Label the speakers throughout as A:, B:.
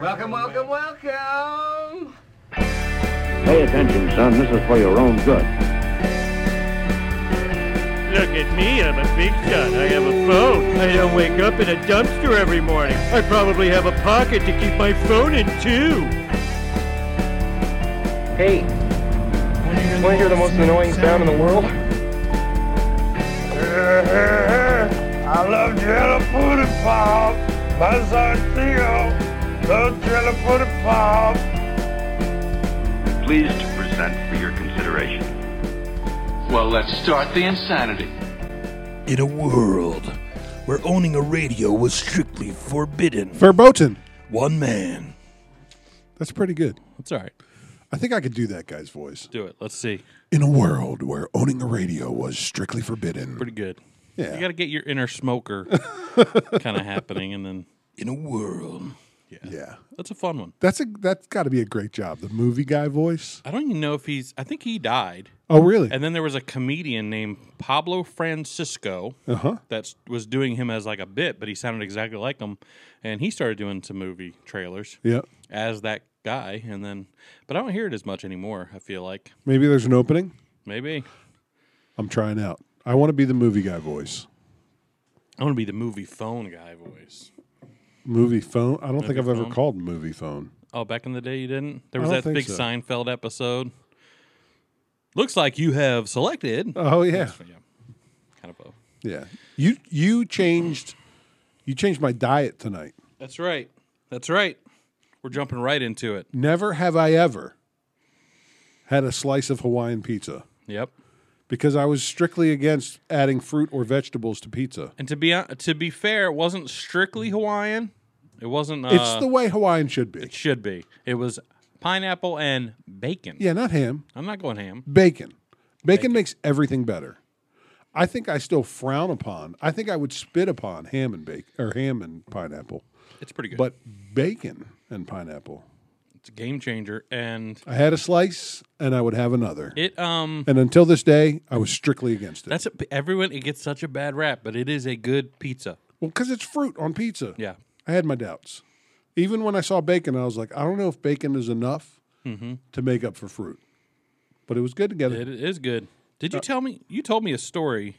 A: Welcome, welcome, welcome.
B: Pay attention, son. This is for your own good.
C: Look at me, I'm a big shot. I have a phone. I don't wake up in a dumpster every morning. I probably have a pocket to keep my phone in too.
D: Hey, want to hear the most annoying sound in the world?
E: I love Jellypudding Pop. My son Theo loves Jellypudding Pop.
F: pleased to present for your consideration
G: Well, let's start the insanity.
H: In a world where owning a radio was strictly forbidden,
I: Verboten.
H: one man,
I: That's pretty good.
J: That's all right.
I: I think I could do that guy's voice.
J: Do it. Let's see.
I: In a world where owning a radio was strictly forbidden.
J: Pretty good.
I: Yeah.
J: You got to get your inner smoker kind of happening, and then
H: in a world,
I: yeah.
J: that's a fun one.
I: That's a that's got to be a great job. The movie guy voice.
J: I don't even know if he's. I think he died,
I: Oh, really?
J: and then there was a comedian named Pablo Francisco
I: Uh-huh.
J: that was doing him as like a bit, but he sounded exactly like him, and he started doing some movie trailers
I: Yeah.
J: as that guy, and then. But I don't hear it as much anymore. I feel like
I: Maybe there's an opening.
J: maybe
I: I'm trying out. I want to be the movie guy voice.
J: I want to be the movie phone guy voice.
I: Movie phone. I don't think I've ever
J: phone?
I: called movie phone.
J: Oh, back in the day, you didn't. There
I: I
J: was
I: don't
J: that
I: think
J: big
I: so.
J: Seinfeld episode. Looks like you have selected.
I: Oh yeah.
J: yeah, kind of. A,
I: Yeah. You you changed you changed my diet tonight.
J: that's right. That's right. We're jumping right into it.
I: Never have I ever had a slice of Hawaiian pizza.
J: Yep.
I: because I was strictly against adding fruit or vegetables to pizza.
J: And to be hon- to be fair, it wasn't strictly Hawaiian. It wasn't. Uh,
I: it's the way Hawaiian should be.
J: should be. It was pineapple and bacon.
I: Yeah, not ham,
J: I'm not going ham.
I: bacon. Bacon, makes everything better. I think I still frown upon. I think I would spit upon ham and bacon or ham and pineapple,
J: It's pretty good.
I: but bacon and pineapple.
J: it's a game changer, and
I: I had a slice and I would have another.
J: it um.
I: and until this day, I was strictly against it.
J: That's a, everyone. It gets such a bad rap, but it is a good pizza.
I: well, because it's fruit on pizza.
J: Yeah.
I: I had my doubts. Even when I saw bacon, I was like, I don't know if bacon is enough to make up for fruit. But it was good together.
J: Mm-hmm. It is good. Did you
I: Uh,
J: tell me? You told me a story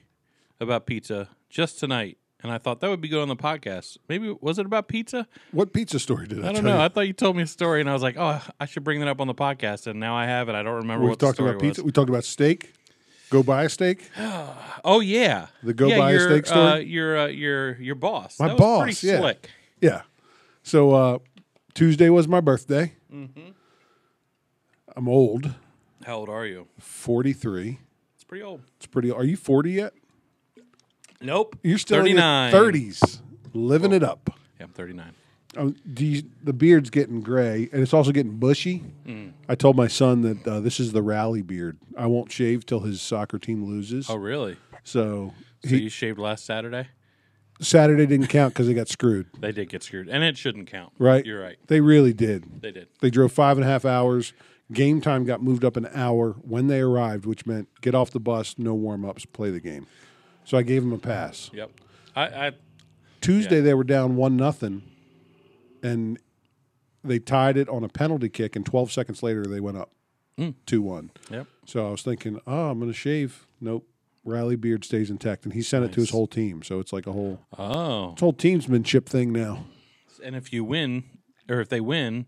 J: about pizza just tonight, and I thought that would be good on the podcast. Maybe was it about pizza?
I: What pizza story did I,
J: I
I: tell
J: don't know.
I: you?
J: I thought you told me a story, and I was like, oh, I should bring that up on the podcast, and now I have it. I don't remember
I: we
J: what the
I: talked
J: story
I: about pizza.
J: was.
I: We talked about steak. Go buy a steak.
J: Oh yeah,
I: The go
J: yeah,
I: buy a
J: your,
I: steak
J: Uh,
I: story?
J: your uh, your your boss.
I: My
J: That was
I: boss,
J: Pretty
I: yeah.
J: slick.
I: Yeah. So uh, Tuesday was my birthday.
J: Mm-hmm.
I: I'm old,
J: How old are you?
I: 43.
J: It's pretty old.
I: It's pretty. Are you 40 yet?
J: Nope.
I: You're still
J: thirty nine.
I: in your 30s,
J: Oh.
I: living it up.
J: Yeah, I'm thirty nine.
I: Um, do you- the beard's getting gray, and it's also getting bushy. I told my son that uh, this is the rally beard. I won't shave till his soccer team loses.
J: Oh really?
I: So
J: So
I: he,
J: you shaved last Saturday?
I: Saturday didn't count because they got screwed.
J: They did get screwed, and it shouldn't count.
I: Right?
J: You're right.
I: They really did.
J: They did.
I: They drove five and a half hours. Game time got moved up an hour when they arrived, which meant get off the bus, no warm ups, play the game. So I gave him a pass.
J: Yep. I, I
I: Tuesday they were down one nothing, and they tied it on a penalty kick, and 12 seconds later they went up two one.
J: Hmm. Yep.
I: So I was thinking, oh, I'm going to shave. Nope. Riley Beard stays intact, and he sent it to his whole team. So it's like a whole
J: Oh.
I: it's a whole teamsmanship thing now.
J: And if you win, or if they win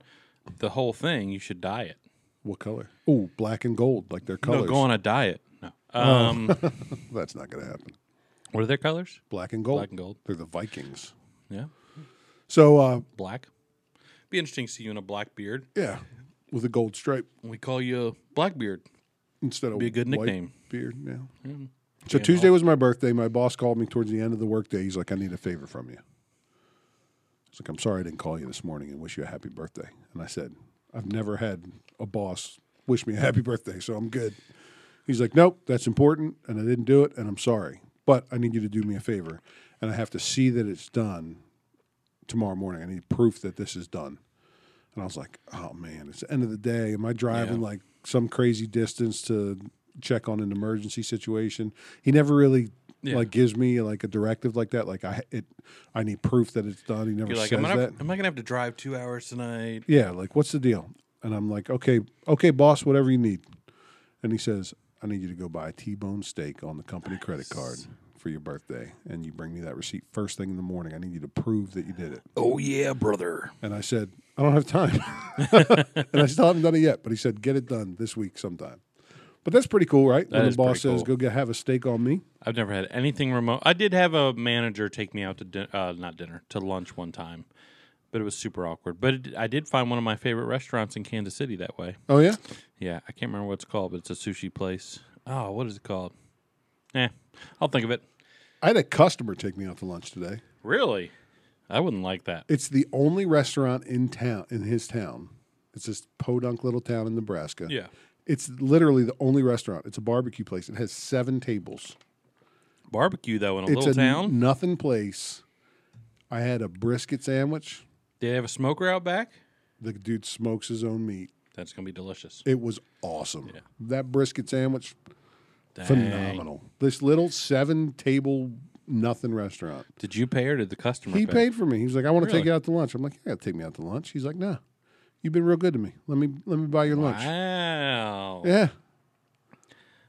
J: the whole thing, you should diet.
I: What color? Oh, black and gold, like their
J: No,
I: colors.
J: go on a diet. No. Um,
I: That's not going to happen.
J: what are their colors?
I: Black and gold.
J: Black and gold.
I: They're the Vikings.
J: Yeah.
I: So uh,
J: Black. Be interesting to see you in a black beard.
I: yeah, with a gold stripe
J: We call you Blackbeard.
I: instead of
J: Be a good
I: white
J: nickname.
I: beard now. So Tuesday was my birthday. My boss called me towards the end of the workday. He's like, "I need a favor from you." It's like, "I'm sorry I didn't call you this morning and wish you a happy birthday." And I said, "I've never had a boss wish me a happy birthday, so I'm good." He's like, "Nope, that's important, and I didn't do it, and I'm sorry, but I need you to do me a favor, and I have to see that it's done tomorrow morning. I need proof that this is done." And I was like, "Oh man, it's the end of the day. Am I driving like some crazy distance to check on an emergency situation?" He never really
J: Yeah.
I: like gives me like a directive like that, like I it, I need proof that it's done. He never
J: You're like,
I: says
J: am I,
I: that.
J: am I gonna have to drive two hours tonight?
I: yeah, like what's the deal? And I'm like, okay, okay, boss, whatever you need. And he says, I need you to go buy a T-bone steak on the company credit card for your birthday, and you bring me that receipt first thing in the morning. I need you to prove that you did it.
H: Oh, yeah, brother.
I: And I said, I don't have time. and I still haven't done it yet. But he said, get it done this week sometime. But that's pretty cool, right?
J: That
I: when
J: is
I: the boss
J: pretty
I: says,
J: cool.
I: go get have a steak on me.
J: I've never had anything remote. I did have a manager take me out to din- uh, not dinner to lunch one time, but it was super awkward. But it, I did find one of my favorite restaurants in Kansas City that way.
I: Oh, yeah?
J: Yeah, I can't remember what it's called, but it's a sushi place. Oh, what is it called? Eh, I'll think of it.
I: I had a customer take me out to lunch today.
J: Really, I wouldn't like that.
I: It's the only restaurant in town, in his town. It's this podunk little town in Nebraska.
J: Yeah,
I: It's literally the only restaurant. It's a barbecue place. It has seven tables.
J: barbecue though in a
I: it's
J: little town.
I: n- nothing place. I had a brisket sandwich.
J: Did they have a smoker out back?
I: The dude smokes his own meat.
J: That's gonna be delicious.
I: It was awesome.
J: Yeah.
I: That brisket sandwich,
J: Dang.
I: phenomenal. This little seven table nothing restaurant.
J: Did you pay or did the customer?
I: He
J: pay?
I: paid for me. He was like, "I want to take
J: Really?
I: you out to lunch." I'm like, "You gotta take me out to lunch." He's like, "No, you've been real good to me. Let me let me buy your lunch."
J: Wow.
I: Yeah,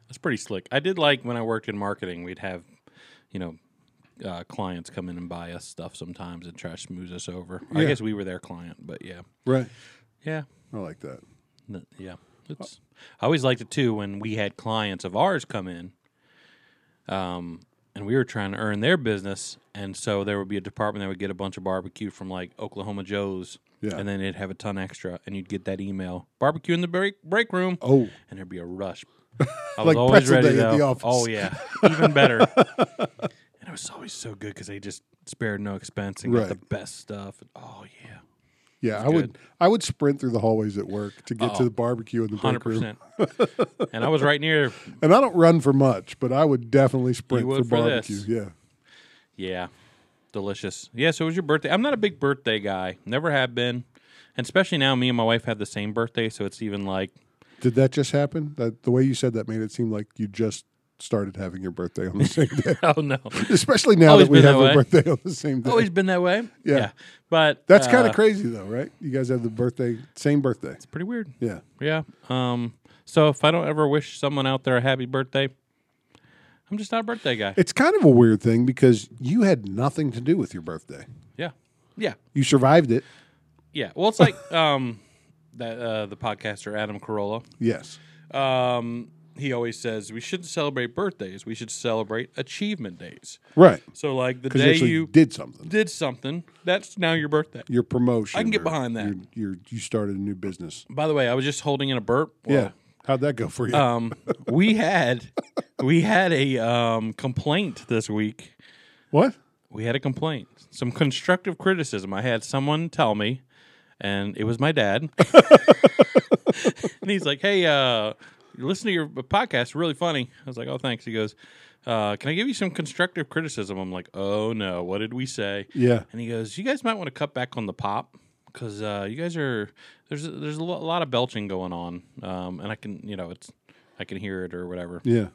J: That's pretty slick. I did like when I worked in marketing, we'd have, you know, uh, clients come in and buy us stuff sometimes and try to smooth us over. I
I: Yeah.
J: guess we were their client, but yeah,
I: right.
J: yeah,
I: I like that.
J: N- yeah. It's, I always liked it too when we had clients of ours come in, um, and we were trying to earn their business, and so there would be a department that would get a bunch of barbecue from like Oklahoma Joe's,
I: Yeah.
J: and then it'd have a ton extra, and you'd get that email barbecue in the break break room
I: Oh,
J: and there'd be a rush. I was
I: Like
J: always
I: pretzel
J: ready
I: day at
J: though.
I: the office.
J: Oh yeah, even better. and it was always so good because they just spared no expense and got the
I: Right.
J: best stuff. Oh yeah,
I: yeah. I would I would sprint through the hallways at work to get to
J: Oh.
I: the barbecue in the
J: hundred
I: break room.
J: percent. And I was right near.
I: And I don't run for much, but I would definitely sprint
J: would
I: for
J: for this.
I: barbecue. Yeah.
J: Yeah, delicious. Yeah, so it was your birthday. I'm not a big birthday guy. Never have been, and especially now. Me and my wife have the same birthday, so it's even like
I: Did that just happen? That the way you said that made it seem like you just started having your birthday on the same day.
J: oh no,
I: Especially now
J: Always
I: that we
J: been that
I: have a
J: way.
I: birthday on the same day.
J: always been that way.
I: Yeah.
J: but
I: That's kind
J: uh,
I: of crazy though, right? You guys have the birthday same birthday.
J: Pretty weird.
I: Yeah.
J: Yeah. Um. So if I don't ever wish someone out there a happy birthday, I'm just not a birthday guy.
I: It's kind of a weird thing because you had nothing to do with your birthday.
J: Yeah. Yeah.
I: You survived it.
J: Yeah. Well, it's like um, that uh, the podcaster Adam Carolla.
I: Yes.
J: Um, he always says we shouldn't celebrate birthdays. We should celebrate achievement days.
I: Right.
J: So like the
I: Cuz you
J: day
I: actually
J: you did,
I: did something.
J: something, that's now your birthday.
I: your promotion.
J: I can get
I: or
J: behind that.
I: Your, your, you started a new business.
J: By the way, I was just holding in a burp. Well,
I: yeah. How'd that go for you?
J: um, we had we had a um, complaint this week
I: what?
J: we had a complaint, some constructive criticism. I had someone tell me, and it was my dad. and he's like, "Hey, uh, listen to your podcast, really funny." I was like, "Oh, thanks." He goes, uh, "Can I give you some constructive criticism?" I'm like, "Oh no, what did we say?"
I: Yeah.
J: And he goes, "You guys might want to cut back on the pop because uh, you guys are there's there's a lo- lot of belching going on, um, and I can you know it's I can hear it or whatever."
I: Yeah.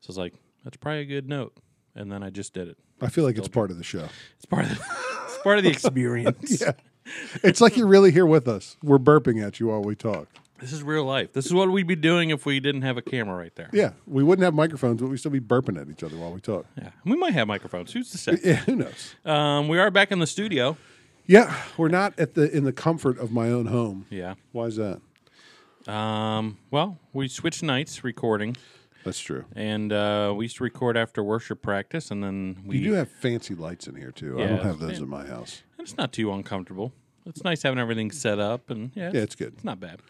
J: So I was like, "That's probably a good note," and then I just did it.
I: I feel like it's part of the show.
J: It's part of the, it's part of the experience.
I: It's like you're really here with us. We're burping at you while we talk.
J: This is real life. This is what we'd be doing if we didn't have a camera right there.
I: Yeah, we wouldn't have microphones, but we'd still be burping at each other while we talk.
J: Yeah. We might have microphones. Who's to say?
I: Yeah, who knows?
J: Um, we are back in the studio.
I: Yeah, we're not at the in the comfort of my own home.
J: Yeah.
I: Why is that?
J: Um, well, we switched nights recording,
I: That's true.
J: and uh, we used to record after worship practice, and then we.
I: You do have fancy lights in here too. I
J: Yeah.
I: don't have those in my house.
J: It's not too uncomfortable. It's nice having everything set up, and yeah,
I: Yeah, it's good.
J: It's not bad.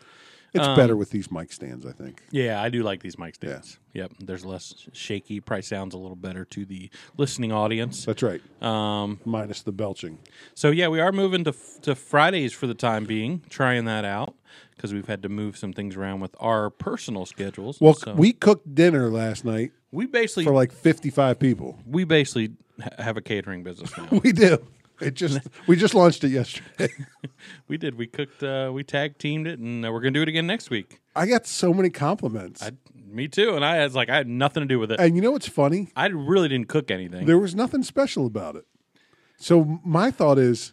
I: It's
J: Um,
I: better with these mic stands, I think.
J: Yeah, I do like these mic stands. Yep, there's less shaky. Probably sounds a little better to the listening audience.
I: That's right.
J: Um,
I: Minus the belching.
J: So yeah, we are moving to to Fridays for the time being, trying that out because we've had to move some things around with our personal schedules.
I: Well,
J: So
I: we cooked dinner last night
J: we basically
I: for like 55 people.
J: we basically ha- have a catering business now.
I: We do. It just we just launched it yesterday.
J: we did. We cooked. Uh, we tag teamed it, and uh, we're gonna do it again next week.
I: I got so many compliments.
J: I, Me too. And I was like, I had nothing to do with it.
I: And you know what's funny?
J: I really didn't cook anything.
I: There was nothing special about it. So my thought is,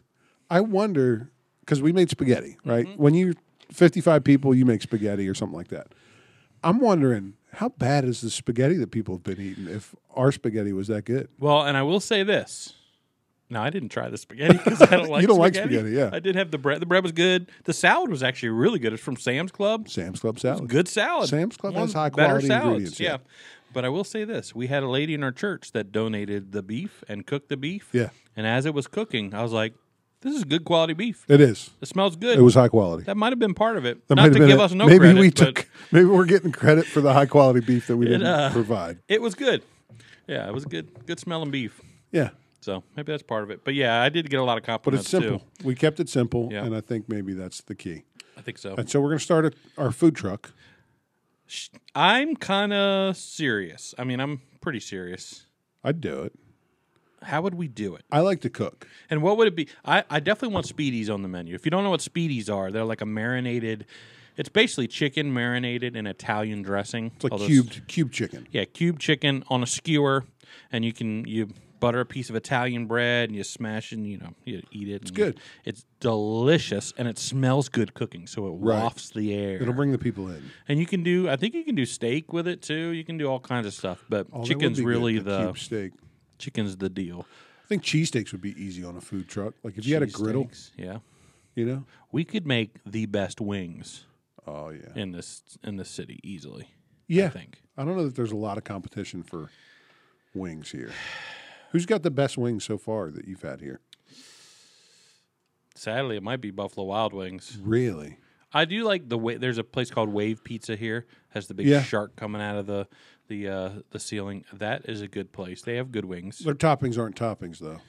I: I wonder because we made spaghetti, right?
J: Mm-hmm.
I: When you're 55 people, you make spaghetti or something like that. I'm wondering how bad is the spaghetti that people have been eating if our spaghetti was that good?
J: Well, and I will say this. No, I didn't try the spaghetti because I don't like
I: You don't like
J: spaghetti.
I: spaghetti, yeah.
J: I did have the bread. The bread was good. The salad was actually really good. It's from Sam's Club.
I: Sam's Club salad.
J: Good salad.
I: Sam's Club
J: One
I: has
J: of the
I: high
J: better
I: quality
J: salads,
I: ingredients, yeah.
J: Yeah. But I will say this: we had a lady in our church that donated the beef and cooked the beef.
I: Yeah.
J: And as it was cooking, I was like, "This is good quality beef.
I: It is.
J: It smells good.
I: It was high quality.
J: That might have been part of it.
I: That might
J: Not
I: have
J: to
I: been
J: give
I: it.
J: us no
I: maybe
J: credit,
I: we
J: but
I: took maybe we're getting credit for the high quality beef that we didn't
J: uh,
I: provide.
J: it was good. Yeah, it was good. Good smelling beef.
I: Yeah.
J: So maybe that's part of it. But yeah, I did get a lot of
I: But
J: compliments
I: it's simple.
J: too.
I: We kept it simple,
J: Yeah.
I: and I think maybe that's the key.
J: I think so.
I: And so we're going to start a, our food truck.
J: I'm kind of serious. I mean, I'm pretty serious.
I: I'd do it.
J: How would we do it?
I: I like to cook.
J: And what would it be? I, I definitely want speedies on the menu. If you don't know what speedies are, they're like a marinated. It's basically chicken marinated in Italian dressing.
I: It's like
J: Although
I: cubed cube chicken.
J: Yeah, cube chicken on a skewer, and you can you butter a piece of Italian bread and you smash it. And, you know, you eat it. It's
I: good.
J: it's delicious, and it smells good cooking, so it
I: Right.
J: wafts the air.
I: It'll bring the people in.
J: and you can do. I think you can do steak with it too. You can do all kinds of stuff, but
I: Oh, that would
J: chicken's
I: be good,
J: really
I: the
J: the
I: cube steak.
J: chicken's the deal.
I: I think cheesesteaks would be easy on a food truck. Like if you had a griddle,
J: Steaks, yeah.
I: you know.
J: We could make the best wings
I: Oh yeah.
J: in this in this city easily.
I: yeah.
J: I think
I: I don't know that there's a lot of competition for wings here. Who's got the best wings so far that you've had here?
J: sadly it might be Buffalo Wild Wings.
I: Really?
J: I do like the way. There's a place called Wave Pizza here. Has the big
I: Yeah.
J: shark coming out of the the uh, the ceiling. That is a good place. They have good wings.
I: Their toppings aren't toppings though.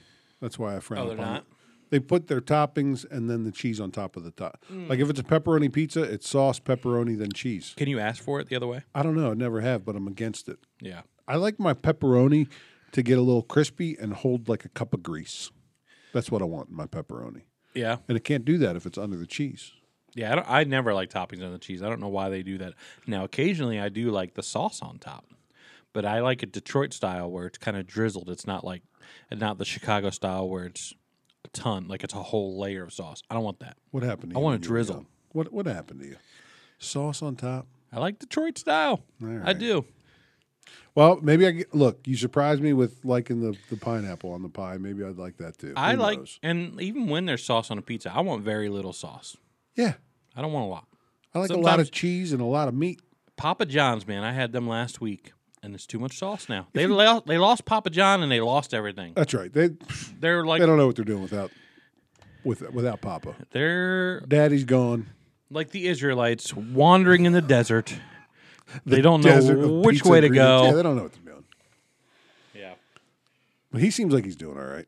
I: That's why I frown
J: Oh, they're
I: upon
J: not?
I: it. They put their toppings and then the cheese on top of the top.
J: Hmm.
I: Like if it's a pepperoni pizza, it's sauce, pepperoni, then cheese.
J: Can you ask for it the other way?
I: I don't know. I never have, but I'm against it.
J: Yeah.
I: I like my pepperoni to get a little crispy and hold like a cup of grease. That's what I want in my pepperoni.
J: Yeah,
I: And it can't do that if it's under the cheese.
J: yeah. I, don't, I never like toppings on the cheese. I don't know why they do that. Now, occasionally, I do like the sauce on top, but I like it Detroit style where it's kind of drizzled. It's not like, and not the Chicago style where it's a ton, like it's a whole layer of sauce. I don't want that.
I: What happened to
J: I
I: you?
J: want
I: when
J: a
I: you were
J: drizzle.
I: young? What what happened to you? Sauce on top?
J: I like Detroit style. I
I: right.
J: do.
I: Well, maybe I get, look, you surprised me with liking the, the pineapple on the pie. Maybe I'd like that too.
J: I
I: Who
J: like,
I: knows?
J: and even when there's sauce on a pizza, I want very little sauce.
I: Yeah.
J: I don't want a lot.
I: I like a lot
J: Sometimes-
I: of cheese and a lot of meat.
J: Papa John's, man, I had them last week, and it's too much sauce now. They lo- they lost Papa John and they lost everything.
I: That's right. They
J: They're like
I: they don't know what they're doing without with without Papa.
J: they're
I: Daddy's gone.
J: like the Israelites wandering in the desert. They don't
I: Desert
J: know
I: of
J: which
I: pizza
J: way to
I: ingredients. Yeah,
J: go.
I: they don't know what they're doing.
J: Yeah,
I: But he seems like he's doing all right.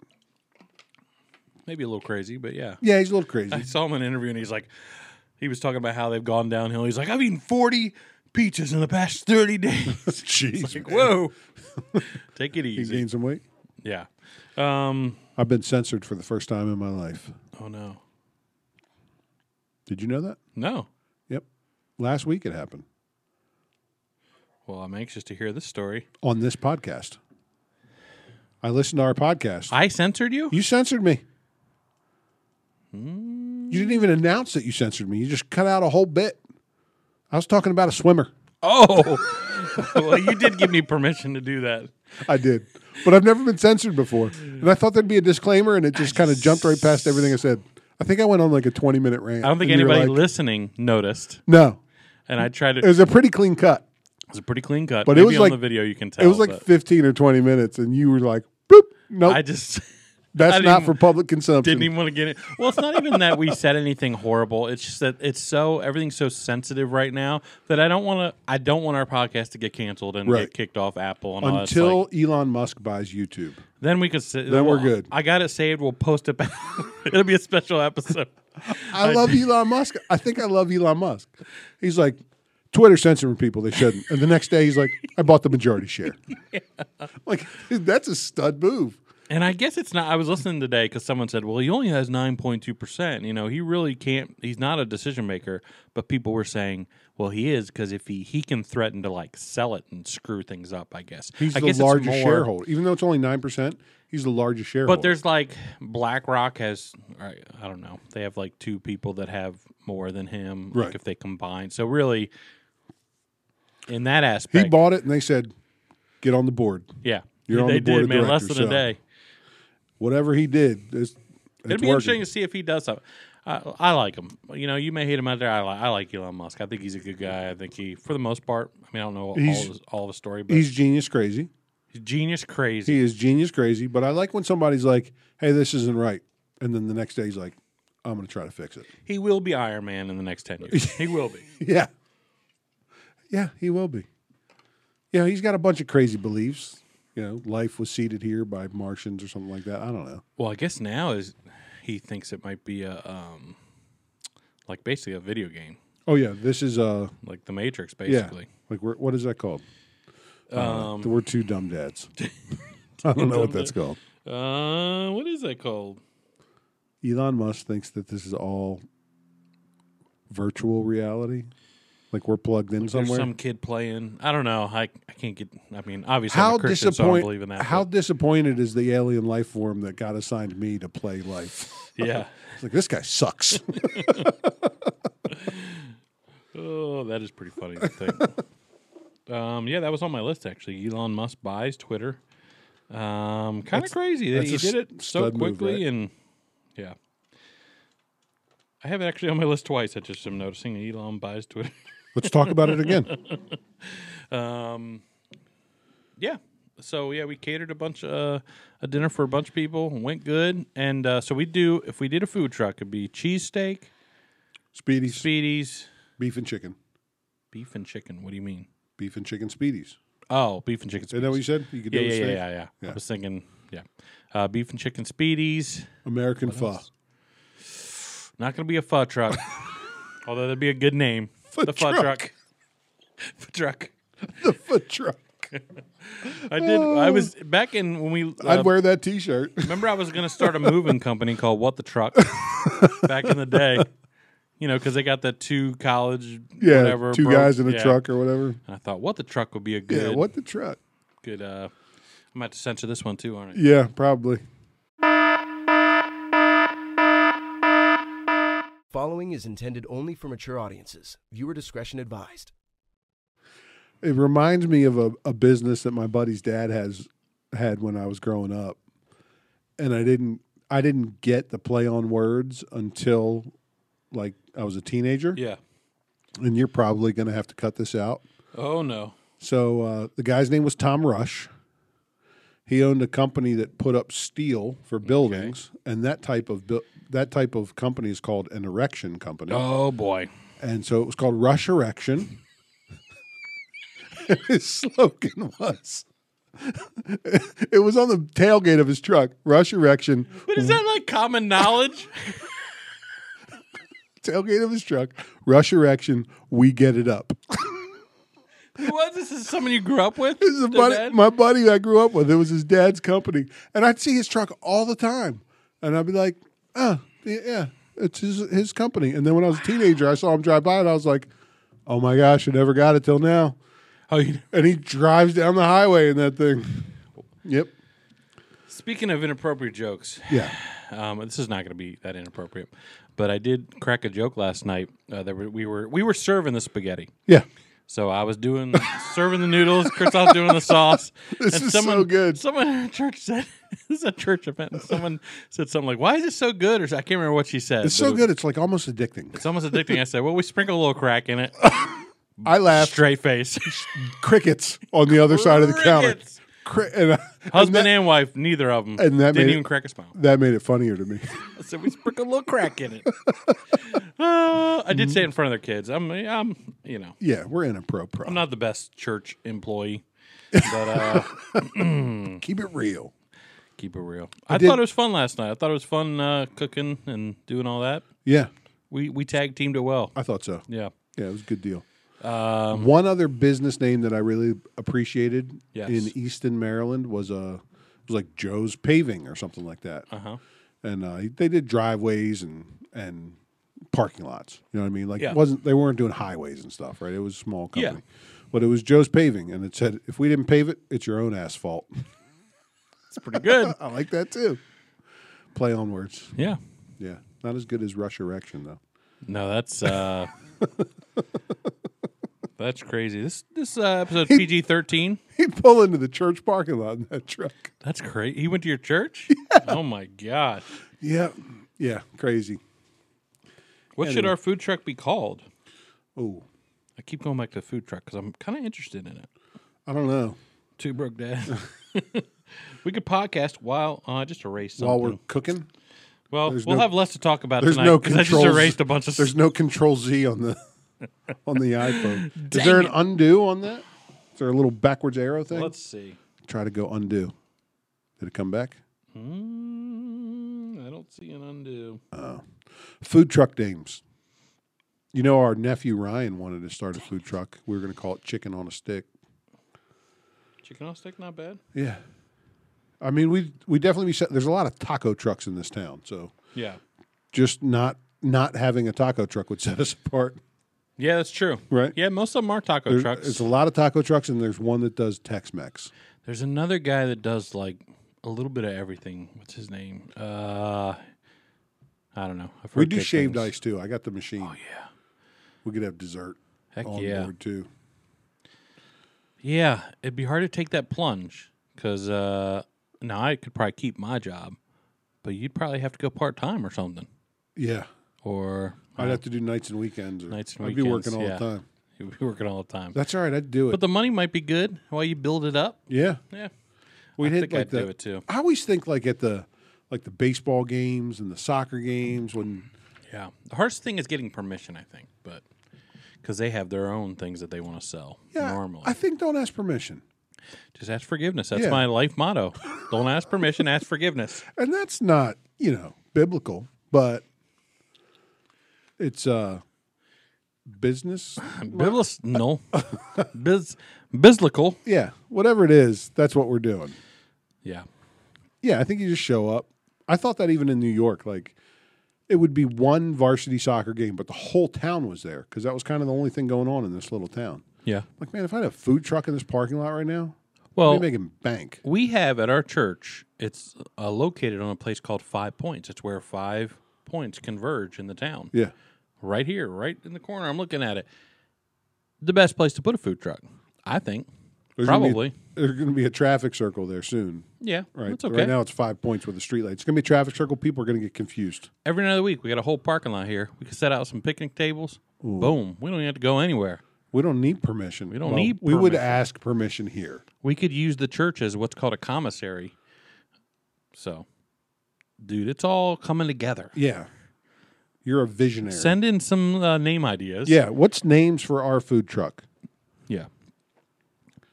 J: maybe a little crazy, but yeah.
I: Yeah, he's a little crazy.
J: I saw him in an interview, and he's like, he was talking about how they've gone downhill. He's like, I've eaten forty pizzas in the past thirty days.
I: Jeez. man.
J: Whoa, take it
I: He
J: easy.
I: gained some weight.
J: Yeah. Um.
I: I've been censored for the first time in my life.
J: Oh no.
I: Did you know that?
J: No.
I: Yep. Last week it happened
J: Well, I'm anxious to hear this story.
I: on this podcast. I listened to our podcast.
J: I censored you?
I: you censored me. You didn't even announce that you censored me. You just cut out a whole bit. I was talking about a swimmer.
J: Oh. well, you did give me permission to do that.
I: I did. But I've never been censored before. And I thought there'd be a disclaimer, and it just kind of jumped right past everything I said. I think I went on like a 20 minute rant.
J: I don't think
I: and you were
J: anybody
I: like,
J: listening noticed.
I: No.
J: And I tried to.
I: It
J: It
I: was a pretty clean cut.
J: was a pretty clean cut.
I: But it
J: Maybe
I: was
J: on
I: like-
J: the video you can tell.
I: It was like
J: but
I: 15 or 20 minutes, and you were like, boop, nope.
J: I just
I: That's
J: I
I: not
J: didn't-
I: for public consumption.
J: didn't even want to get it. Well, it's not even that we said anything horrible. It's just that it's so everything's so sensitive right now that I don't want to. I don't want our podcast to get canceled and
I: Right.
J: get kicked off Apple and all that. Oh, It's
I: until
J: like,
I: Elon Musk buys YouTube.
J: then we could. Sit,
I: Then we're good.
J: I got it saved. We'll post it back. It'll be a special episode.
I: I love Elon Musk. I think I love Elon Musk. He's like, Twitter censoring people they shouldn't. And the next day he's like, I bought the majority share. Like, dude, that's a stud move.
J: And I guess it's not. I was listening today because someone said, "Well, he only has nine point two percent. You know, he really can't. He's not a decision maker." But people were saying, "Well, he is because if he he can threaten to like sell it and screw things up." I guess
I: He's
J: I
I: the
J: guess it's
I: largest
J: more-
I: shareholder, even though it's only nine percent. He's the largest shareholder.
J: But there's like BlackRock has, I I don't know, they have like two people that have more than him.
I: Right.
J: Like if they combine, so really, in that
I: he
J: aspect,
I: bought it, and they said, "Get on the board."
J: yeah,
I: You're on
J: they
I: the board
J: did,
I: of
J: man, less
I: directors,
J: than a
I: so
J: day.
I: Whatever he did, it's,
J: It'd
I: it's
J: be
I: working.
J: interesting to see if he does something. I, I like him. You know, you may hate him out there. I like, I like Elon Musk. I think he's a good guy. I think he, for the most part, I mean, I don't know all,
I: He's-
J: his, all the story, but
I: He's
J: he's,
I: genius crazy.
J: genius crazy.
I: He is genius crazy. But I like when somebody's like, "Hey, this isn't right," and then the next day he's like, "I'm going to try to fix it."
J: He will be Iron Man in the next 10 years. he will be.
I: Yeah. Yeah, he will be. Yeah, he's got a bunch of crazy beliefs. You know, life was seeded here by Martians or something like that. I don't know.
J: Well, I guess now is he thinks it might be a, um, like basically a video game,
I: Oh yeah, this is uh
J: like The Matrix,
I: yeah.
J: basically.
I: Like we're, what is that called? Uh,
J: Um,
I: we're two dumb dads. I don't know what that's called.
J: uh, what is that called?
I: Elon Musk thinks that this is all virtual reality. Like we're plugged in
J: There's
I: somewhere.
J: some kid playing. I don't know. I, I can't get. I mean, obviously, I'm
I: how
J: a Christian, so I don't believe
I: disappointed
J: in that.
I: how
J: but-
I: disappointed is the alien life form that God assigned me to play life?
J: yeah.
I: It's like this guy sucks.
J: Oh, that is pretty funny to think. um, yeah, that was on my list actually. Elon Musk buys Twitter. Um, kind of
I: That's-
J: crazy that
I: that's
J: he
I: a s-
J: did it so
I: stud move,
J: quickly,
I: right?
J: and yeah, I have it actually on my list twice. I just am noticing Elon buys Twitter.
I: Let's talk about it again.
J: yeah. So yeah, we catered a bunch uh, a dinner for a bunch of people. Went good, and uh, so we do. If we did a food truck, it'd be cheesesteak,
I: Speedies,
J: speedies,
I: beef and chicken,
J: beef and chicken. What do you mean?
I: beef and chicken speedies.
J: Oh, beef and chicken.
I: Is that what you said? You could
J: Yeah,
I: do it with
J: yeah, yeah,
I: steak?
J: yeah, yeah,
I: Yeah.
J: I was thinking, yeah, uh, beef and chicken speedies.
I: American pho.
J: Not gonna be a pho truck, although that'd be a good name.
I: Pho
J: the pho
I: truck.
J: truck. Pho truck.
I: The foot truck.
J: I did. I was back in when we. uh,
I: Oh. I'd wear that T-shirt.
J: Remember, I was gonna start a moving company called What the Truck back in the day. You know, because they got the two college,
I: yeah,
J: whatever,
I: two
J: bro-
I: guys in a
J: yeah.
I: truck or whatever.
J: And I thought, what the truck would be a
I: Yeah,
J: good,
I: what the truck?
J: good. Uh, I'm about to censor this one too, aren't I?
I: Yeah, probably.
A: Following is intended only for mature audiences. Viewer discretion advised.
I: It reminds me of a, a business that my buddy's dad has had when I was growing up, and I didn't I didn't get the play on words until like I was a teenager.
J: Yeah.
I: And you're probably going to have to cut this out.
J: Oh no.
I: So uh, the guy's name was Tom Rush. He owned a company that put up steel for buildings, and that type of buil- that type of company is called an erection company.
J: Oh boy.
I: And so it was called Rush Erection. his slogan was. it was on the tailgate of his truck. Rush Erection,
J: But is that like common knowledge?
I: tailgate of his truck. Rush Erection, we get it up.
J: what this is someone you grew up with?
I: This is a
J: Their
I: buddy,
J: dad?
I: my buddy that I grew up with. It was his dad's company, and I'd see his truck all the time, and I'd be like, "Ah, yeah, yeah, it's his his company." And then when I was a teenager, I saw him drive by, and I was like, "Oh my gosh, I never got it till now."
J: oh, you
I: And he drives down the highway in that thing. Yep.
J: speaking of inappropriate jokes,
I: Yeah.
J: um, this is not going to be that inappropriate, but I did crack a joke last night. Uh, that we we were we were serving the spaghetti,
I: Yeah.
J: so I was doing serving the noodles. Chris was doing the sauce.
I: This
J: and
I: is so good.
J: Someone at church said this is a church event. And someone said something like, "Why is it so good?" Or I can't remember what she said.
I: It's
J: but
I: so
J: it-
I: good. It's like almost addicting.
J: It's almost addicting. I said, "Well, we sprinkle a little crack in it."
I: I laughed.
J: Straight face.
I: Crickets on the other side of the counter.
J: Crickets.
I: Cri- and, I-
J: Husband
I: and that,
J: and wife, neither of them,
I: and that
J: didn't
I: made it-
J: even crack a smile.
I: that made it funnier to me.
J: So we sprinkled a little crack in it. Uh, I did say it in front of their kids. I'm, I'm, you know,
I: Yeah, we're inappropriate.
J: I'm not the best church employee, but uh,
I: Keep it real.
J: keep it real. I,
I: did-
J: thought it was fun last night. I thought it was fun uh, cooking and doing all that.
I: Yeah,
J: We we tag teamed it well.
I: I thought so.
J: Yeah,
I: Yeah, it was a good deal.
J: Um,
I: One other business name that I really appreciated
J: Yes.
I: in Easton, Maryland was a was like Joe's Paving or something like that.
J: Uh-huh.
I: And uh, they did driveways and and parking lots. You know what I mean? Like
J: Yeah.
I: it wasn't they weren't doing highways and stuff, right? It was a small
J: Yeah.
I: company. But it was Joe's Paving and it said if we didn't pave it, it's your own asphalt.
J: It's pretty good.
I: I like that too. Play on words.
J: yeah.
I: Yeah. Not as good as Rush Erection though.
J: No, that's uh That's crazy. This this uh, episode PG thirteen.
I: He'd pull into the church parking lot in that truck.
J: That's crazy. He went to your church. Oh my god!
I: Yeah. Yeah. Crazy.
J: What should
I: Anyway.
J: our food truck be called?
I: Oh.
J: I keep going back to the food truck because I'm kind of interested in it.
I: I don't know.
J: Two broke dad. we could podcast while uh, I just erased something.
I: While we're cooking,
J: well,
I: there's
J: we'll
I: no-
J: have less to talk about
I: there's
J: tonight
I: no
J: 'cause I just
I: controls.
J: erased a bunch of.
I: there's no control Z on the on the iPhone. Is there an undo on that? Is there a little backwards arrow thing?
J: Let's see.
I: try to go undo. Did it come back?
J: Mm, I don't see an undo.
I: Food truck names. You know, our nephew Ryan wanted to start a food truck. We were going to call it Chicken on a Stick.
J: Chicken on a stick, not bad.
I: Yeah. I mean, we we definitely be set. There's a lot of taco trucks in this town, so
J: Yeah,
I: just not not having a taco truck would set us apart.
J: yeah, that's true.
I: Right.
J: Yeah, most of them are taco
I: There's,
J: trucks.
I: It's a lot of taco trucks, and there's one that does Tex-Mex.
J: There's another guy that does like a little bit of everything. What's his name? Uh, I don't know. I've
I: We
J: heard
I: do
J: good
I: shaved
J: things.
I: ice too. I got the machine. Oh yeah. We could have dessert
J: Heck
I: on
J: yeah.
I: board too.
J: Yeah, it'd be hard to take that plunge because uh, now I could probably keep my job, but you'd probably have to go part time or something,
I: Yeah.
J: or
I: I'd have to do nights and weekends. Or
J: Nights and
I: I'd be
J: weekends,
I: working all
J: yeah.
I: the time.
J: you'd be working all the time.
I: That's all right. I'd do it.
J: But the money might be good while you build it up.
I: yeah.
J: Yeah,
I: We'd
J: I
I: hit
J: think
I: like
J: I'd
I: the,
J: do it too.
I: I always think like at the like the baseball games and the soccer games
J: Mm,
I: when
J: yeah. The hardest thing is getting permission, I think, but because they have their own things that they want to sell.
I: yeah,
J: normally,
I: I think don't ask permission.
J: just ask forgiveness. That's
I: Yeah.
J: my life motto. Don't ask permission, ask forgiveness.
I: And that's not, you know, biblical, but it's uh business
J: Biblis, no, biz, biblical.
I: yeah, whatever it is, that's what we're doing.
J: Yeah,
I: Yeah, I think you just show up. I thought that even in New York, like it would be one varsity soccer game, but the whole town was there because that was kind of the only thing going on in this little town.
J: yeah.
I: Like, man, if I had a food truck in this parking lot right now,
J: Well,
I: I'd be making bank.
J: we have at our church it's uh, located on a place called five points it's where five points converge in the town
I: Yeah,
J: right here right in the corner i'm looking at it the best place to put a food truck i think
I: gonna be-
J: probably
I: there's going to be a traffic circle there soon.
J: yeah
I: Right,
J: that's okay
I: right now it's five points with a street light. It's going to be a traffic circle. People are going to get confused.
J: every night of the week we got a whole parking lot here we can set out some picnic tables boom we don't even have to go anywhere
I: We don't need permission. We
J: don't need
I: We would
J: permission.
I: ask permission here.
J: we could use the church as what's called a commissary so dude it's all coming together
I: Yeah, you're a visionary.
J: send in some uh, name ideas
I: yeah, what's names for our food truck?
J: yeah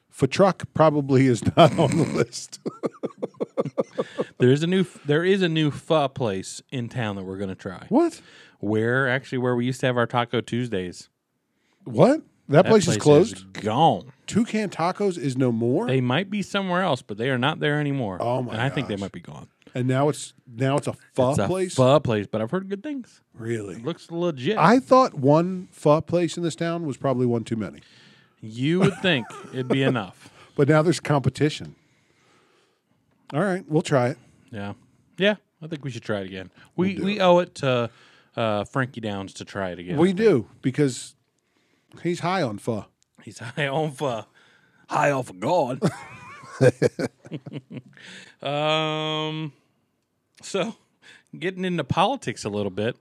I: For truck probably is not on the list.
J: There is a new there is a new pho place in town that we're gonna try.
I: what?
J: Where actually where we used to have our Taco Tuesdays.
I: What? That,
J: That
I: place, is closed.
J: gone.
I: Toucan Tacos is no more,
J: They might be somewhere else, but they are not there anymore.
I: Oh, my
J: And I think they
I: gosh.
J: might be gone.
I: and now it's now it's a pho
J: It's a
I: place.
J: pho place, but I've heard good things.
I: Really?
J: Looks legit.
I: I thought one pho place in this town was probably one too many,
J: you would think it'd be enough.
I: but now there's competition. All right, we'll try it.
J: Yeah, yeah. I think we should try it again. We we owe it to uh, Frankie Downs to try it again.
I: We do because he's high on pho.
J: He's high on for high off of God. um, so getting into politics a little bit.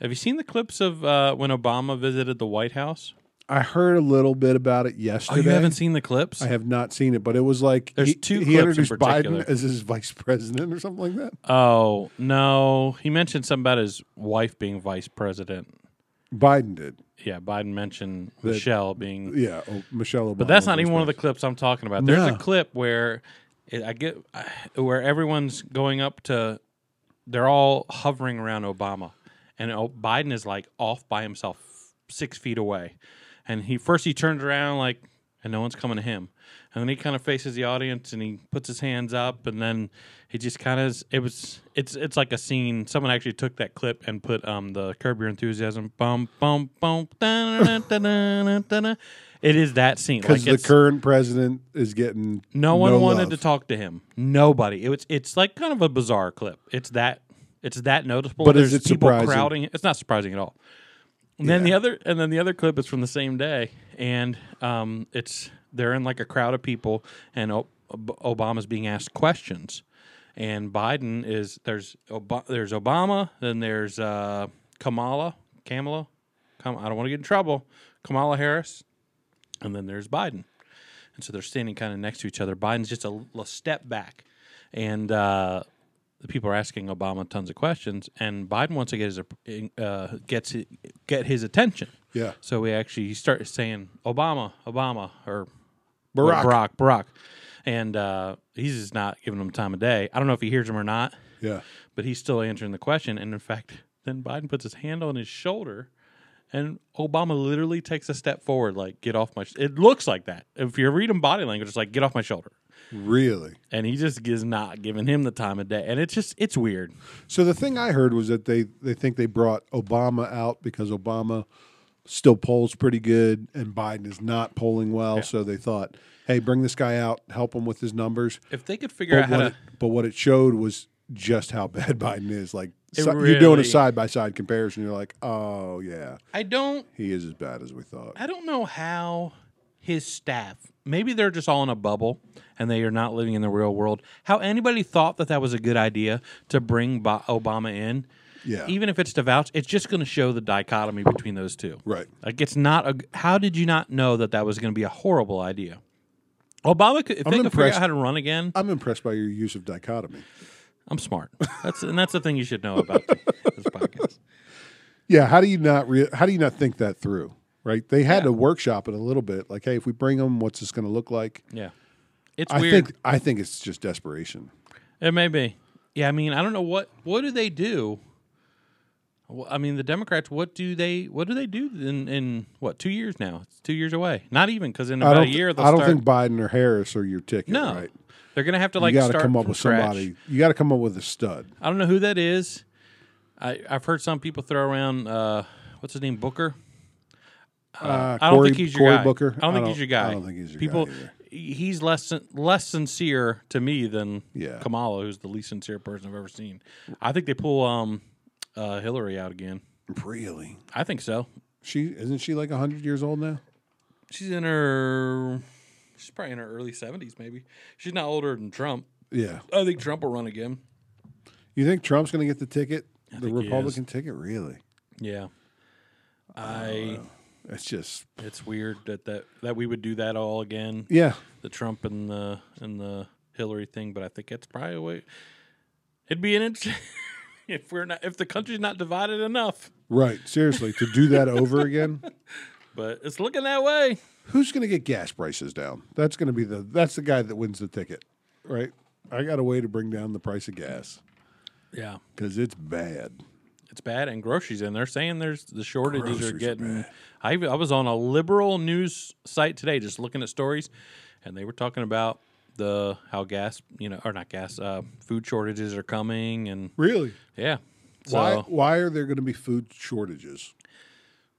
J: Have you seen the clips of uh, when Obama visited the White House?
I: I heard a little bit about it
J: Oh,
I: yesterday.
J: you haven't seen the clips?
I: I have not seen it, but it was like
J: There's
I: he,
J: two
I: he
J: clips in
I: introduced
J: particular.
I: Biden as his vice president or something like that.
J: oh no, he mentioned something about his wife being vice president.
I: Biden did,
J: Yeah, Biden mentioned Michelle being
I: yeah. Oh, Michelle Obama,
J: But that's
I: was
J: not
I: vice
J: even one of the
I: president.
J: clips I'm talking about. There's a
I: No.
J: clip where it, I get where everyone's going up to, they're all hovering around Obama, and O- Biden is like off by himself, six feet away, and he first he turns around like and no one's coming to him. And then he kind of faces the audience and he puts his hands up, and then he just kind of it was it's it's like a scene. Someone actually took that clip and put um the Curb Your Enthusiasm bum bum bum. da-na-na, da-na-na, da-na. It is that scene
I: Because the
J: it's-
I: current president is getting
J: no one wanted
I: love.
J: to talk to him. Nobody. It was. It's like kind of a bizarre clip. It's that. It's that noticeable.
I: But is
J: There's
I: it
J: people
I: surprising?
J: crowding. It's not surprising at all. And then the other, and then the other clip is from the same day, and um, it's they're in like a crowd of people, and o- Ob- Obama's being asked questions, and Biden is there's Ob- there's Obama, then there's uh, Kamala, Kamala, Kam- I don't want to get in trouble, Kamala Harris, and then there's Biden. And so they're standing kind of next to each other. Biden's just a, l- a step back. And uh, the people are asking Obama tons of questions. And Biden wants to get his, uh, gets, hi- get his attention.
I: Yeah.
J: So we actually he starts saying Obama, Obama, or
I: Barack.
J: Barack, Barack. And uh, he's just not giving him time of day. I don't know if he hears him or not
I: Yeah.
J: but he's still answering the question. And in fact, then Biden puts his hand on his shoulder, and Obama literally takes a step forward, like "Get off my." Sh-. It looks like that. If you're reading body language, it's like "Get off my shoulder,"
I: Really?
J: and he just is not giving him the time of day. And it's just it's weird.
I: So the thing I heard was that they, they think they brought Obama out because Obama still polls pretty good and Biden is not polling well. So they thought, hey, bring this guy out, help him with his numbers.
J: If they could figure
I: But
J: out how
I: what,
J: to,
I: it, but what it showed was just how bad Biden is. Like
J: It
I: so- you're doing
J: really-
I: a side by side comparison, you're like, oh yeah,
J: I don't
I: he is as bad as we thought.
J: I don't know how his staff. Maybe they're just all in a bubble and they are not living in the real world. How anybody thought that that was a good idea to bring Bo- Obama in,
I: Yeah.
J: even if it's to vouch, it's just going to show the dichotomy between those two.
I: Right.
J: Like it's not a. How did you not know that that was going to be a horrible idea? Obama, could, if
I: I'm
J: they could figure out
I: impressed.
J: how to run again,
I: I'm impressed by your use of dichotomy.
J: I'm smart. That's and that's the thing you should know about the- this podcast.
I: Yeah, how do you not re- how do you not think that through? Right? They had to workshop it a little bit. Like, hey, if we bring him, what's this going to look like?
J: Yeah, it's
I: I
J: weird.
I: think I think it's just desperation.
J: It may be. Yeah, I mean, I don't know what what do they do. Well, I mean, the Democrats. What do they? What do they do in in what two years now? It's two years away. Not even because in
I: I
J: about
I: don't
J: a year they'll
I: I don't
J: start.
I: think Biden or Harris are your ticket.
J: no,
I: right?
J: they're gonna have to like
I: you got to
J: start
I: come up
J: from
I: with
J: scratch.
I: somebody. You got to come up with a stud.
J: I don't know who that is. I I've heard some people throw around uh, what's his name Booker.
I: Uh,
J: I don't think he's your
I: Cory
J: guy.
I: Booker.
J: I don't think he's your guy.
I: I don't think he's your
J: people,
I: guy. either.
J: He's less sin- less sincere to me than
I: Yeah.
J: Kamala, who's the least sincere person I've ever seen. I think they pull um, uh, Hillary out again.
I: Really?
J: I think so.
I: She isn't she like hundred years old now?
J: She's in her, she's probably in her early seventies, maybe. She's not older than Trump.
I: Yeah.
J: I think Trump will run again.
I: You think Trump's going to get the ticket, the
J: think he is.
I: Republican ticket? Really?
J: Yeah, I.
I: It's just
J: It's weird that, that that we would do that all again.
I: yeah.
J: the Trump and the and the Hillary thing, but I think it's probably a way. It'd be an interesting if we're not if the country's not divided enough,
I: Right. Seriously, to do that over again,
J: but it's looking that way.
I: who's going to get gas prices down? That's going to be the that's the guy that wins the ticket, right? I got a way to bring down the price of gas
J: Yeah,
I: because it's bad.
J: it's bad, and groceries in. They're saying there's the shortages
I: Groceries
J: are
I: are
J: getting. I even- I was on a liberal news site today, just looking at stories, and they were talking about the how gas you know or not gas uh, food shortages are coming, and
I: Really?
J: yeah. So,
I: Why why are there going to be food shortages?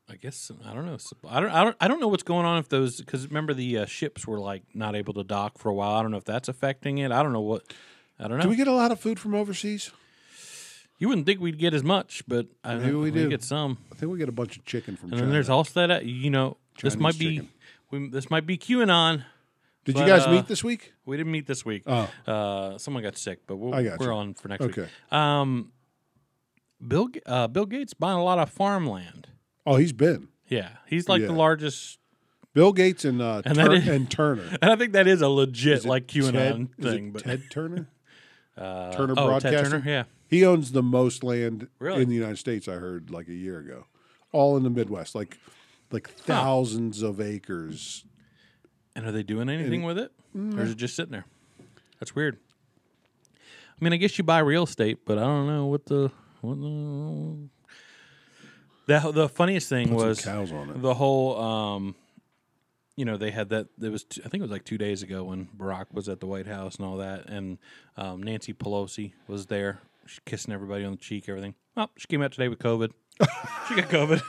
J: I guess I don't know. Supp- I don't. I don't. I don't know what's going on if those because remember the uh, ships were like not able to dock for a while. I don't know if that's affecting it. I don't know what. I don't know.
I: Do we get a lot of food from overseas?
J: you wouldn't think we'd get as much, but I
I: Maybe
J: know,
I: we do.
J: get some.
I: I think we get a bunch of chicken from
J: And
I: China.
J: then there's also that uh, you know this
I: Chinese
J: might be
I: chicken.
J: we, this might be QAnon.
I: Did
J: but,
I: you guys
J: uh,
I: meet this week?
J: We didn't meet this week.
I: Oh.
J: Uh, someone got sick, but we'll,
I: I got
J: we're
I: you.
J: on for next
I: Okay.
J: week. Um, Bill Ga- uh, Bill Gates buying a lot of farmland.
I: Oh, he's been.
J: Yeah, he's like the
I: Yeah.
J: largest
I: Bill Gates and uh,
J: And
I: Tur-
J: that is-
I: and Turner.
J: And I think that is a legit
I: Is it
J: like QAnon
I: Ted- is it
J: thing. but
I: Ted Turner,
J: uh,
I: Turner
J: oh, Ted
I: Broadcasting.
J: Turner, yeah,
I: he owns the most land
J: Really?
I: in the United States. I heard like a year ago, all in the Midwest, like like thousands of acres.
J: and are they doing anything with it, or is it just sitting there? That's weird. I mean, I guess you buy real estate, but I don't know what the what the. The, the funniest thing
I: Put some
J: was
I: cows on it.
J: the whole um, you know, they had that. It was, t- I think it was like two days ago when Barack was at the White House and all that, and um, Nancy Pelosi was there, She's kissing everybody on the cheek, everything. Well, she came out today with COVID. she got COVID.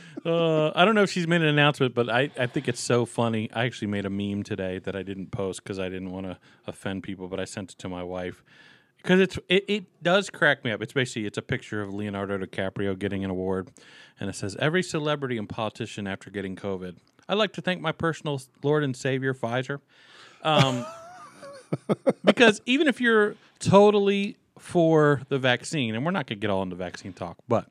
J: uh, I don't know if she's made an announcement, but I, I think it's so funny. I actually made a meme today that I didn't post because I didn't want to offend people, but I sent it to my wife because it's it, it does crack me up. It's basically it's a picture of Leonardo DiCaprio getting an award, and it says every celebrity and politician after getting COVID. I'd like to thank my personal Lord and Savior Pfizer, um, because even if you're totally for the vaccine, and we're not going to get all into vaccine talk, but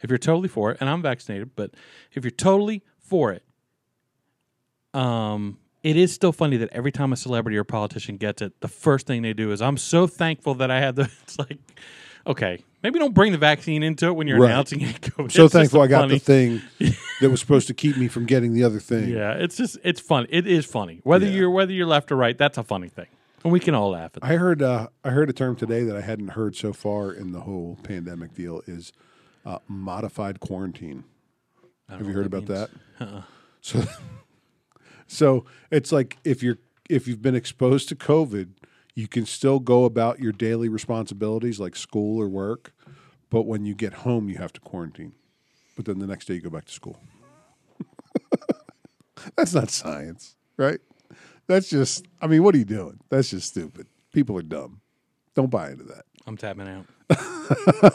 J: if you're totally for it, and I'm vaccinated, but if you're totally for it, um, it is still funny that every time a celebrity or politician gets it, the first thing they do is, "I'm so thankful that I had the." It's like, okay, maybe don't bring the vaccine into it when you're
I: Right.
J: announcing it.
I: I'm
J: It's
I: so
J: just
I: thankful
J: a
I: I got
J: funny-
I: the thing that was supposed to keep me from getting the other thing.
J: Yeah, it's just it's funny. It is funny whether you're whether you're left or right. That's a funny thing, and we can all laugh at. that.
I: I heard uh, I heard a term today that I hadn't heard so far in the whole pandemic deal is uh, modified quarantine.
J: I don't
I: Have
J: know
I: you heard
J: what
I: about that?
J: that means. Uh-uh.
I: So, so it's like if you're if you've been exposed to COVID, you can still go about your daily responsibilities like school or work, but when you get home, you have to quarantine. But then the next day, you go back to school. That's not science, right? That's just. I mean, what are you doing? That's just stupid. People are dumb. Don't buy into that.
J: I'm tapping out.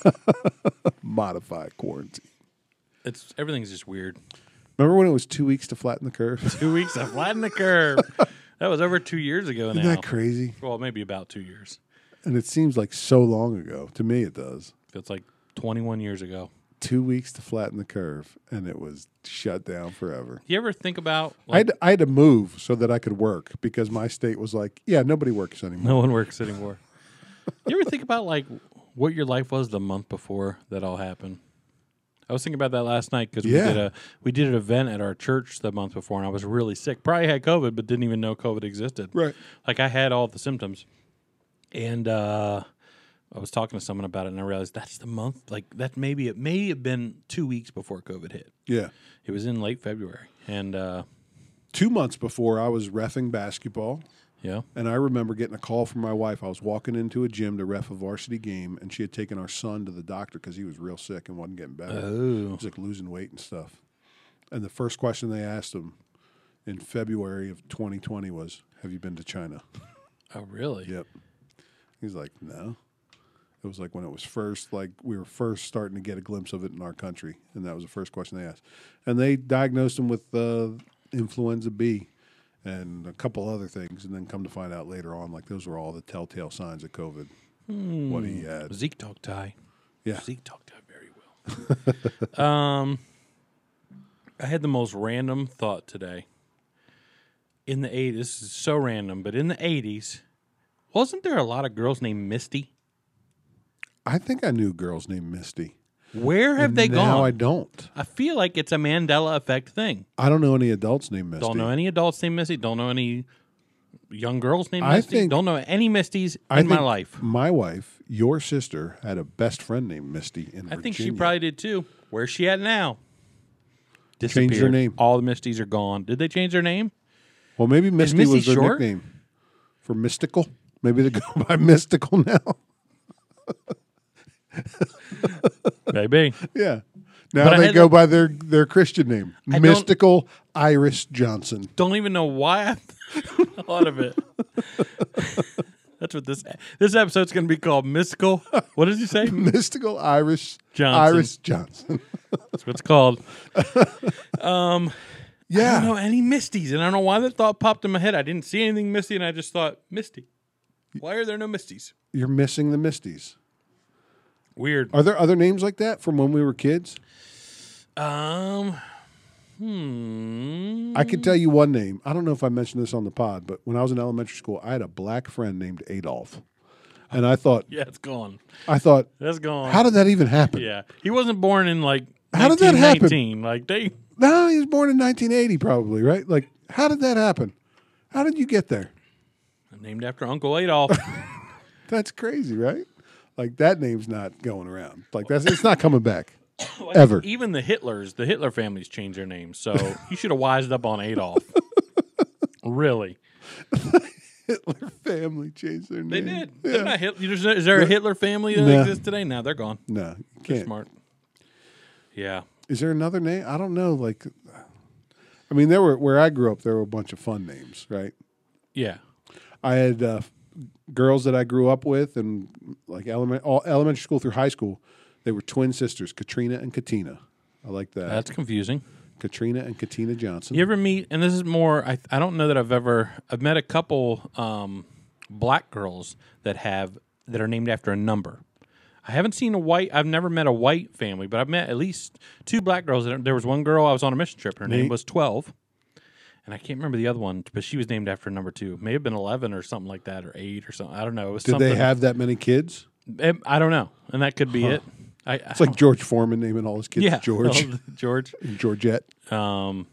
I: Modified quarantine.
J: It's everything's just weird.
I: Remember when it was two weeks to flatten the curve?
J: Two weeks to flatten the curve. That was over two years ago now.
I: Isn't that crazy?
J: Well, maybe about two years.
I: And it seems like so long ago. To me, it does.
J: It's like 21 years ago.
I: Two weeks to flatten the curve, and it was shut down forever.
J: You ever think about
I: I,
J: like,
I: had, I had to move so that I could work because my state was like, yeah, nobody works anymore.
J: no one works anymore? you ever think about like what your life was the month before that all happened? I was thinking about that last night because
I: Yeah.
J: we did a we did an event at our church the month before, and I was really sick. Probably had COVID, but didn't even know COVID existed.
I: Right.
J: Like I had all the symptoms, and uh, I was talking to someone about it, and I realized that's the month. Like that maybe it may have been two weeks before COVID hit.
I: Yeah.
J: It was in late February, and uh,
I: Two months before, I was refing basketball,
J: yeah,
I: and I remember getting a call from my wife. I was walking into a gym to ref a varsity game, and she had taken our son to the doctor because he was real sick and wasn't getting better. He
J: oh,
I: was like losing weight and stuff. And the first question they asked him in February of 2020 was, Have you been to China?
J: oh, really?
I: Yep. He's like, no. It was like when it was first, like we were first starting to get a glimpse of it in our country, and that was the first question they asked. And they diagnosed him with uh, influenza B and a couple other things, and then come to find out later on, like those were all the telltale signs of COVID. What he
J: Hmm.
I: had,
J: Zeke talked Thai.
I: Yeah.
J: Zeke talked Thai very well. um, I had the most random thought today. In the 80s, this is so random, but in the 80s, wasn't there a lot of girls named Misty?
I: I think I knew girls named Misty.
J: Where have
I: And
J: they
I: now I
J: gone?
I: don't.
J: I, feel like it's a Mandela effect thing.
I: I don't know any adults named Misty.
J: Don't know any adults named Misty. Don't know any young girls named
I: I
J: Misty.
I: think-
J: don't know any Misties in
I: I
J: my
I: think
J: life.
I: My wife, your sister, had a best friend named Misty in
J: I
I: Virginia.
J: think she probably did too. Where's she at now?
I: Changed her
J: Disappeared.
I: name.
J: All the Misties are gone. Did they change their name?
I: Well, maybe Misty
J: Misty
I: was their
J: short?
I: nickname for mystical. Maybe they go by mystical now.
J: Maybe.
I: yeah. Now
J: But I
I: they
J: had
I: go
J: the-
I: by their, their Christian name,
J: don't-
I: Mystical Iris Johnson.
J: Don't even know why I thought of it. That's what this this episode's going to be called. Mystical. What did you say?
I: Mystical Iris
J: Johnson.
I: Iris Johnson.
J: That's what it's called. I don't know
I: yeah.
J: any Misties, and I don't know why that thought popped in my head. I didn't see anything Misty, and I just thought Misty. Why are there no Misties?
I: You're missing the Misties.
J: Weird.
I: Are there other names like that from when we were kids?
J: Um. Hmm.
I: I could tell you one name. I don't know if I mentioned this on the pod, but when I was in elementary school, I had a black friend named Adolf. And I thought,
J: Yeah, it's gone.
I: I thought,
J: That's gone.
I: how did that even happen?
J: Yeah, he wasn't born in like.
I: How did that happen?
J: 1919. Like they,
I: No, he was born in 1980, probably, right? Like, how did that happen? How did you get there?
J: named after Uncle Adolf.
I: That's crazy, right? Like, that name's not going around. Like, that's it's not coming back.
J: Well, I
I: Ever.
J: think Even the Hitlers, the Hitler families changed their names. So you should have wised up on Adolf. really?
I: Hitler family changed their name.
J: They did.
I: Yeah.
J: They're not Hit- is there- is there a Hitler family that
I: No.
J: exists today? No, they're gone.
I: No, you
J: They're
I: can't.
J: smart. Yeah.
I: Is there another name? I don't know. Like, I mean, there were where I grew up. There were a bunch of fun names, right?
J: Yeah.
I: I had uh, girls that I grew up with, and like element, all elementary school through high school, they were twin sisters, Katrina and Katina. I like that.
J: That's confusing.
I: Katrina and Katina Johnson.
J: You ever meet, and this is more, I, I don't know that I've ever, I've met a couple um, black girls that have, that are named after a number. I haven't seen a white, I've never met a white family, but I've met at least two black girls. There was one girl I was on a mission trip, her name
I: Neat.
J: was 12. And I can't remember the other one, but she was named after number two. May have been 11 or something like that, or eight or something. I don't know. It was
I: Did
J: something.
I: they have that many kids?
J: Em- I don't know. And that could be it. I,
I: It's like George Foreman naming all his kids
J: yeah.
I: George,
J: George.
I: Georgette.
J: Um,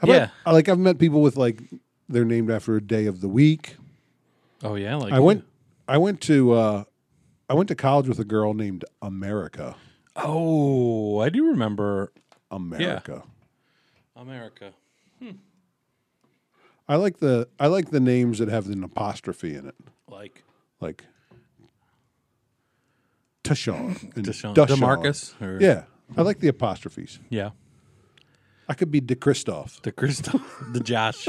I: How about-
J: Yeah.
I: I- like I've met people with like they're named after a day of the week.
J: oh, yeah. Like
I: I went, I went to, uh, I went to college with a girl named America.
J: Oh, I do remember
I: America.
J: America.
I: I like the I like the names that have an apostrophe in it,
J: Like
I: like Tashawn and
J: Deshaun,
I: Dushawn.
J: DeMarcus. Or,
I: Yeah, I like the apostrophes.
J: Yeah.
I: I could be DeChristoph.
J: The Christoph, the Josh.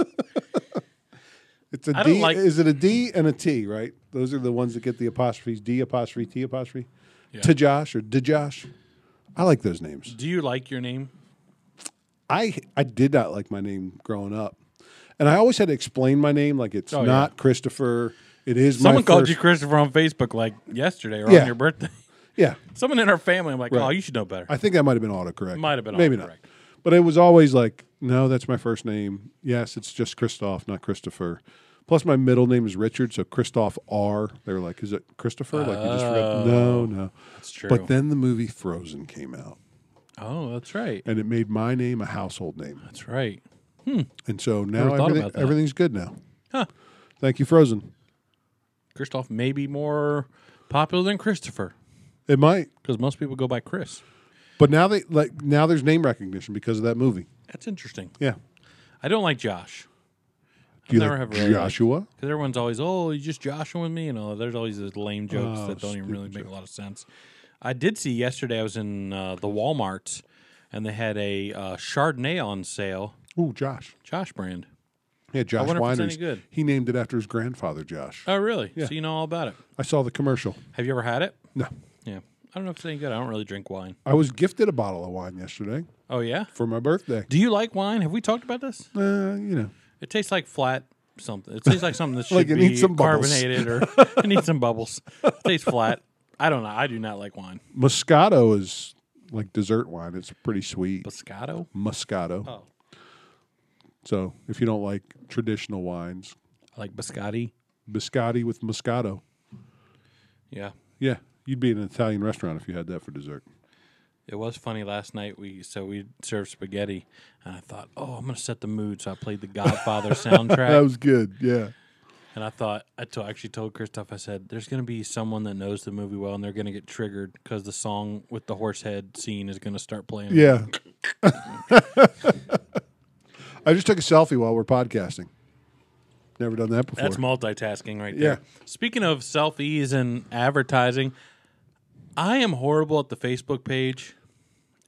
I: It's a
J: I don't
I: D.
J: like-
I: Is it a D and a T? Right? Those are the ones that get the apostrophes. D apostrophe T apostrophe.
J: Yeah.
I: To Josh or DeJosh. I like those names.
J: do you like your name?
I: I I did not like my name growing up, and I always had to explain my name like it's
J: Oh, yeah.
I: not Christopher. It is my
J: Someone called
I: first-
J: you Christopher on Facebook like yesterday or
I: Yeah.
J: on your birthday.
I: Yeah,
J: Someone in our family, I'm like,
I: Right.
J: oh, you should know better.
I: I think that might have been autocorrect.
J: Might have been
I: maybe
J: autocorrect.
I: not. But it was always like, no, that's my first name. Yes, it's just Christoph, not Christopher. Plus, my middle name is Richard, so Christoph R. They were like, is it Christopher? Like you just forgot. No, no.
J: Oh, that's true.
I: But then the movie Frozen came out,
J: oh, that's right.
I: and it made my name a household name,
J: That's right.
I: and so
J: Never
I: now
J: thought
I: everything,
J: about that.
I: everything's good now.
J: Huh.
I: Thank you, Frozen.
J: Christoph may be more popular than Christopher
I: It might,
J: because most people go by Chris.
I: but now they like now there's name recognition because of that movie.
J: That's interesting.
I: Yeah.
J: I don't like Josh.
I: Do you
J: never
I: like
J: have really liked-
I: Joshua?
J: Because everyone's always, oh, you just joshing with me, and all. There's always those lame jokes
I: Oh,
J: that don't even really make a lot of sense. I did see yesterday. I was in uh, the Walmart, and they had a uh, Chardonnay on sale,
I: Ooh, Josh.
J: Josh brand.
I: Yeah, Josh
J: wonder if it's
I: Weiners.
J: any good.
I: He named it after his grandfather, Josh.
J: Oh, really? So you know all about it.
I: I saw the commercial.
J: Have you ever had it?
I: No.
J: Yeah. I don't know if it's any good. I don't really drink wine.
I: I was gifted a bottle of wine yesterday
J: Oh yeah.
I: for my birthday.
J: Do you like wine? Have we talked about this?
I: Uh, you know,
J: It tastes like flat something. It tastes like something that should
I: Like it
J: be
I: needs some bubbles.
J: carbonated or it needs some bubbles. It tastes flat. I don't know. I do not like wine.
I: Moscato is like dessert wine. It's pretty sweet.
J: Moscato.
I: Moscato.
J: Oh.
I: So if you don't like traditional wines,
J: I like biscotti.
I: biscotti with Moscato.
J: Yeah.
I: Yeah, you'd be in an Italian restaurant if you had that for dessert.
J: It was funny last night. We so we served spaghetti, and I thought, oh, I'm gonna set the mood. So I played the Godfather
I: That
J: soundtrack,
I: was good. Yeah.
J: and I thought I to- actually told Christoph. I said, there's gonna be someone that knows the movie well, and they're gonna get triggered because the song with the horse head scene is gonna start playing.
I: Yeah. I just took a selfie while we're podcasting. Never done that before.
J: that's multitasking right there.
I: Yeah.
J: Speaking of selfies and advertising, I am horrible at the Facebook page.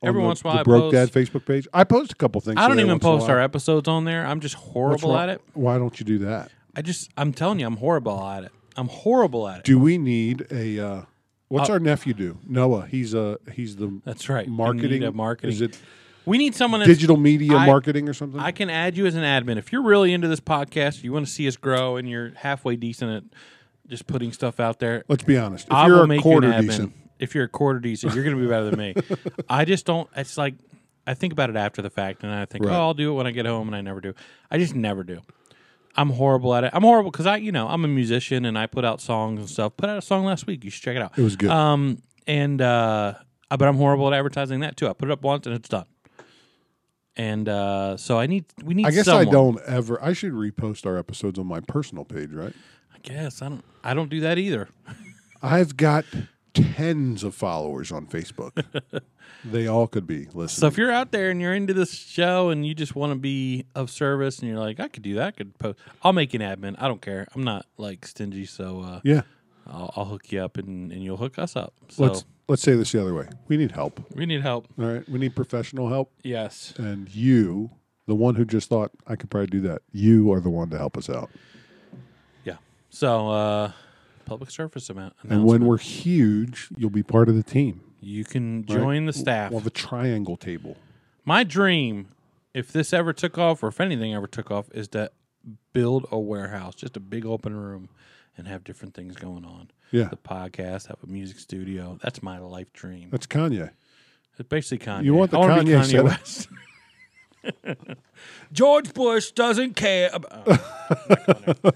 I: on
J: Every
I: the-
J: once in
I: the
J: a while, I
I: Oh, Broke Dad
J: post.
I: Facebook page. I post a couple things.
J: I don't
I: today
J: even
I: once in a
J: post our
I: while.
J: episodes on there. I'm just
I: What's
J: horrible
I: wrong-
J: at it.
I: Why don't you do that?
J: I just, I'm telling you, I'm horrible at it. I'm horrible at it.
I: Do we need a? Uh, what's our nephew do? Noah. He's a. He's the.
J: That's right. We
I: Marketing.
J: need a marketing.
I: Is it
J: we need someone that's,
I: digital media
J: I-
I: marketing or something?
J: I can add you as an admin if you're really into this podcast. You want to see us grow, and you're halfway decent at just putting stuff out there.
I: Let's be honest. If
J: I
I: you're
J: will
I: a
J: make
I: quarter
J: you an admin.
I: decent,
J: If you're a quarter decent, you're going to be better than me. I just don't. It's like I think about it after the fact, and I think,
I: Right.
J: oh, I'll do it when I get home, and I never do. I just never do. I'm horrible at it. I'm horrible because I, you know, I'm a musician and I put out songs and stuff. Put out a song last week. You should check it out.
I: it was good.
J: Um, and uh, I- but I'm horrible at advertising that too. I put it up once and it's done. And uh, so I need we need.
I: I guess
J: someone.
I: I don't ever. I should repost our episodes on my personal page, right?
J: I guess I don't. I don't do that either.
I: I've got tens of followers on Facebook. they all could be listening.
J: So if you're out there and you're into this show and you just want to be of service and you're like, I could do that, I could post. I'll make an admin. I don't care. I'm not like stingy, so uh,
I: yeah,
J: I'll, I'll hook you up and, and you'll hook us up. So
I: let's let's say this the other way. We need help.
J: we need help.
I: All right, we need professional help.
J: Yes.
I: And you, the one who just thought I could probably do that, you are the one to help us out.
J: Yeah. So uh, public service amount.
I: And when we're huge, you'll be part of the team.
J: you can
I: right?
J: join the staff.
I: We'll have a triangle table.
J: My dream, if this ever took off or if anything ever took off, is to build a warehouse, just a big open room, and have different things going on.
I: Yeah.
J: The podcast, have a music studio. That's my life dream.
I: That's Kanye.
J: It's basically Kanye.
I: You want the
J: I wanna be
I: Kanye setup.
J: West. George Bush doesn't care. uh, About,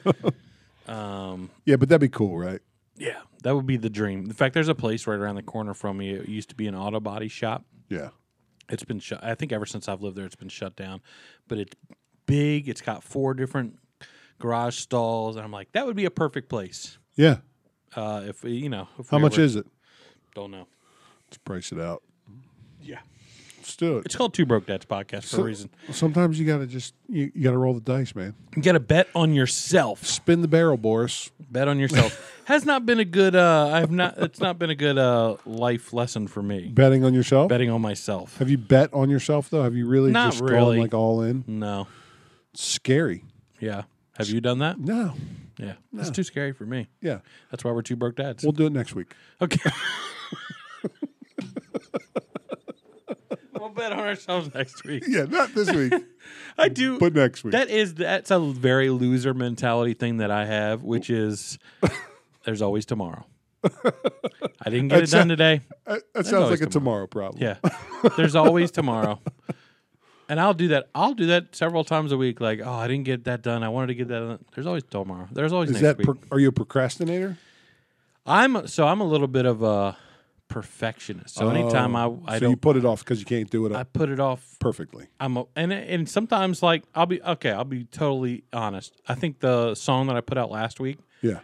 J: oh, um,
I: Yeah, but that'd be cool, right?
J: yeah, that would be the dream. In fact, there's a place right around the corner from me. It used to be an auto body shop.
I: Yeah.
J: It's been shut. I think ever since I've lived there, it's been shut down. But it's big. It's got four different garage stalls, and I'm like, that would be a perfect place.
I: Yeah.
J: Uh, if we- you know, if
I: How
J: we
I: much
J: ever-
I: is it?
J: Don't know.
I: Let's price it out.
J: Yeah,
I: Let's do it.
J: it's called Two Broke Dads podcast for
I: So-
J: a reason.
I: Sometimes you gotta just you, you gotta roll the dice, man.
J: You got to bet on yourself.
I: Spin the barrel, Boris.
J: Bet on yourself has not been a good. Uh, I've not. It's not been a good uh, life lesson for me.
I: Betting on yourself.
J: Betting on myself.
I: Have you bet on yourself though? Have you really
J: Not
I: just gone
J: really.
I: like all in?
J: No.
I: It's scary.
J: Yeah. Have you done that?
I: No.
J: Yeah. It's too scary for me.
I: Yeah.
J: That's why we're two broke dads.
I: We'll do it next week.
J: okay. we'll bet on ourselves next week.
I: Yeah, not this week,
J: I do.
I: but next week.
J: That is that's a very loser mentality thing that I have, which is there's always tomorrow. I didn't get it
I: That's
J: done
I: a-
J: today.
I: that that sounds
J: always
I: like a tomorrow problem.
J: Yeah. There's always tomorrow. And I'll do that. I'll do that several times a week. Like, oh, I didn't get that done. I wanted to get that done. There's always tomorrow. There's always
I: Is that
J: next week.
I: pro- are you a procrastinator?
J: I'm so I'm a little bit of a perfectionist. So anytime I I
I: Oh, so you
J: don't
I: put it off because you can't do it
J: I put it off.
I: perfectly.
J: I'm a, and and sometimes like I'll be okay. I'll be totally honest. I think the song that I put out last week
I: Yeah.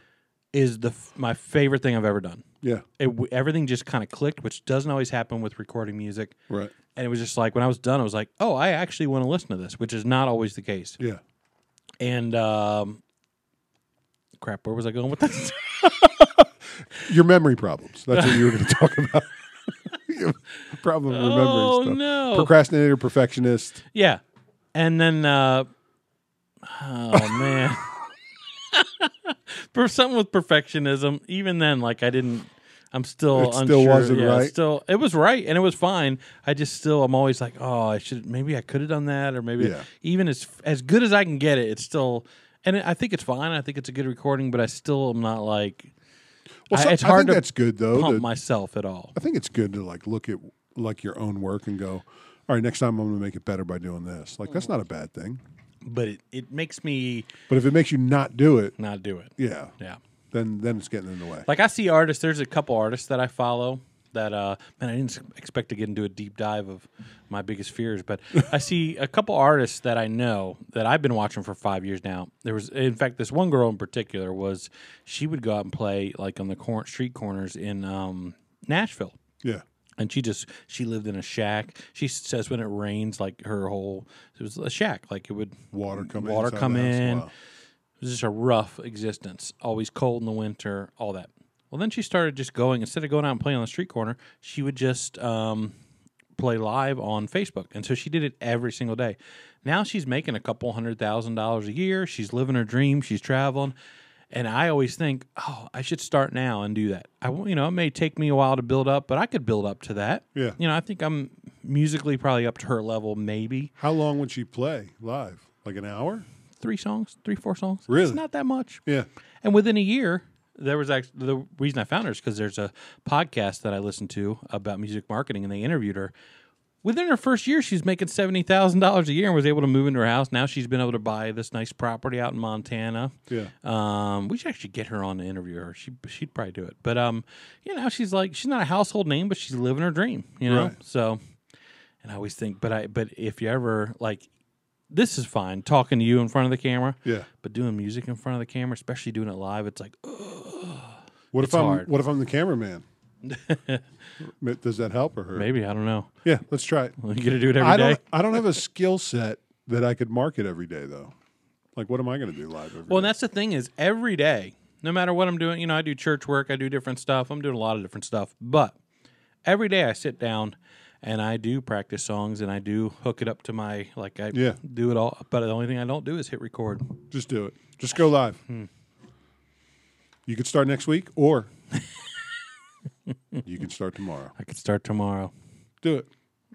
J: is the f- my favorite thing I've ever done.
I: Yeah.
J: It, w- everything just kind of clicked, which doesn't always happen with recording music.
I: Right.
J: And it was just like when I was done, I was like, oh, I actually want to listen to this, which is not always the case.
I: Yeah.
J: And um, crap, where was I going with this?
I: Your memory problems. That's what you were going to talk about. You have a problem remembering
J: Oh,
I: stuff.
J: no.
I: Procrastinator, perfectionist.
J: Yeah. And then uh oh man. For something with perfectionism, even then like I didn't I'm still
I: It
J: unsure.
I: still wasn't
J: yeah,
I: right.
J: Still it was right and it was fine. I just still I'm always like, "Oh, I should maybe I could have done that or maybe
I: Yeah.
J: even as as good as I can get it, it's still and I think it's fine. I think it's a good recording, but I still am not like
I: Well,
J: I-
I: so-
J: it's
I: I
J: hard
I: think
J: to
I: that's good though.
J: pump
I: to-
J: myself at all.
I: I think it's good to like look at like your own work and go, all right, next time I'm going to make it better by doing this. Like that's not a bad thing.
J: But it, it makes me
I: But if it makes you not do it,
J: not do it.
I: yeah,
J: Yeah.
I: then then it's getting in the way.
J: Like I see artists. There's a couple artists that I follow that uh man I didn't expect to get into a deep dive of my biggest fears, but I see a couple artists that I know that I've been watching for five years now. There was in fact this one girl in particular was she would go out and play like on the cor- street corners in um Nashville
I: yeah,
J: and she just she lived in a shack. She says when it rains, like her whole it was a shack, like it would
I: water come in.
J: water
I: inside
J: come
I: the house.
J: in.
I: Wow.
J: It was just a rough existence, always cold in the winter, all that. Well, then she started just going instead of going out and playing on the street corner, she would just um, play live on Facebook, and so she did it every single day. Now she's making a couple hundred thousand dollars a year. She's living her dream. She's traveling. And I always think, oh, I should start now and do that. I, won't- you know, it may take me a while to build up, but I could build up to that.
I: Yeah.
J: You know, I think I'm musically probably up to her level, maybe
I: How long would she play live? Like an hour?
J: three songs, three, four songs.
I: Really?
J: It's not that much.
I: Yeah.
J: And within a year, there was actually the reason I found her is because there's a podcast that I listened to about music marketing, and they interviewed her. Within her first year, she's making seventy thousand dollars a year and was able to move into her house. Now she's been able to buy this nice property out in Montana.
I: Yeah.
J: Um, we should actually get her on to interview her. She she'd probably do it. But um, you know, she's like she's not a household name, but she's living her dream. You know,
I: Right.
J: so. And I always think, but I but if you ever like, this is fine talking to you in front of the camera.
I: Yeah.
J: But doing music in front of the camera, especially doing it live, it's like, oh,
I: What
J: It's
I: if I'm
J: hard.
I: what if I'm the cameraman? M- Does that help or hurt?
J: Maybe I don't know.
I: Yeah, let's try it.
J: You get to do it every day.
I: I don't. I don't have a skill set that I could market every day though. Like, what am I going to do live? every day?
J: Well, and that's the thing is every day, no matter what I'm doing, you know, I do church work, I do different stuff, I'm doing a lot of different stuff. But every day I sit down and I do practice songs and I do hook it up to my like I
I: Yeah.
J: do it all. But the only thing I don't do is hit record.
I: Just do it. Just go live.
J: Hmm.
I: You could start next week, or you can start tomorrow.
J: I could start tomorrow.
I: Do it.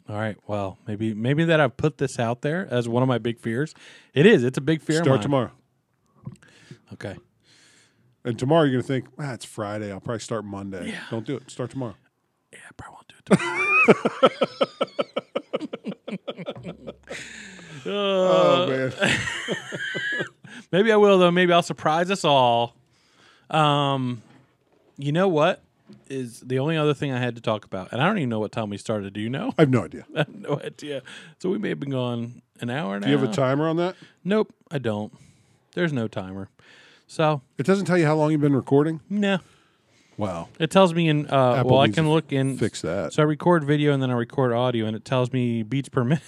J: All right. Well, maybe maybe that I've put this out there as one of my big fears. It is. It's a big fear. of
I: start
J: mine.
I: tomorrow.
J: Okay.
I: And tomorrow you're going to think, ah, it's Friday. I'll probably start Monday. Don't do it. Start tomorrow.
J: Yeah, I probably won't do it tomorrow. Uh,
I: Oh man.
J: Maybe I will though. Maybe I'll surprise us all. Um, you know what is the only other thing I had to talk about, and I don't even know what time we started. Do you know?
I: I have no idea.
J: I have no idea. So we may have been gone an hour and
I: Do you have a
J: half.
I: timer on that?
J: Nope, I don't. There's no timer. So
I: It doesn't tell you how long you've been recording.
J: no,
I: Wow.
J: it tells me in. Uh,
I: Apple
J: well, I
I: needs
J: can
I: to
J: look in.
I: Fix that.
J: So I record video and then I record audio, and it tells me beats per minute.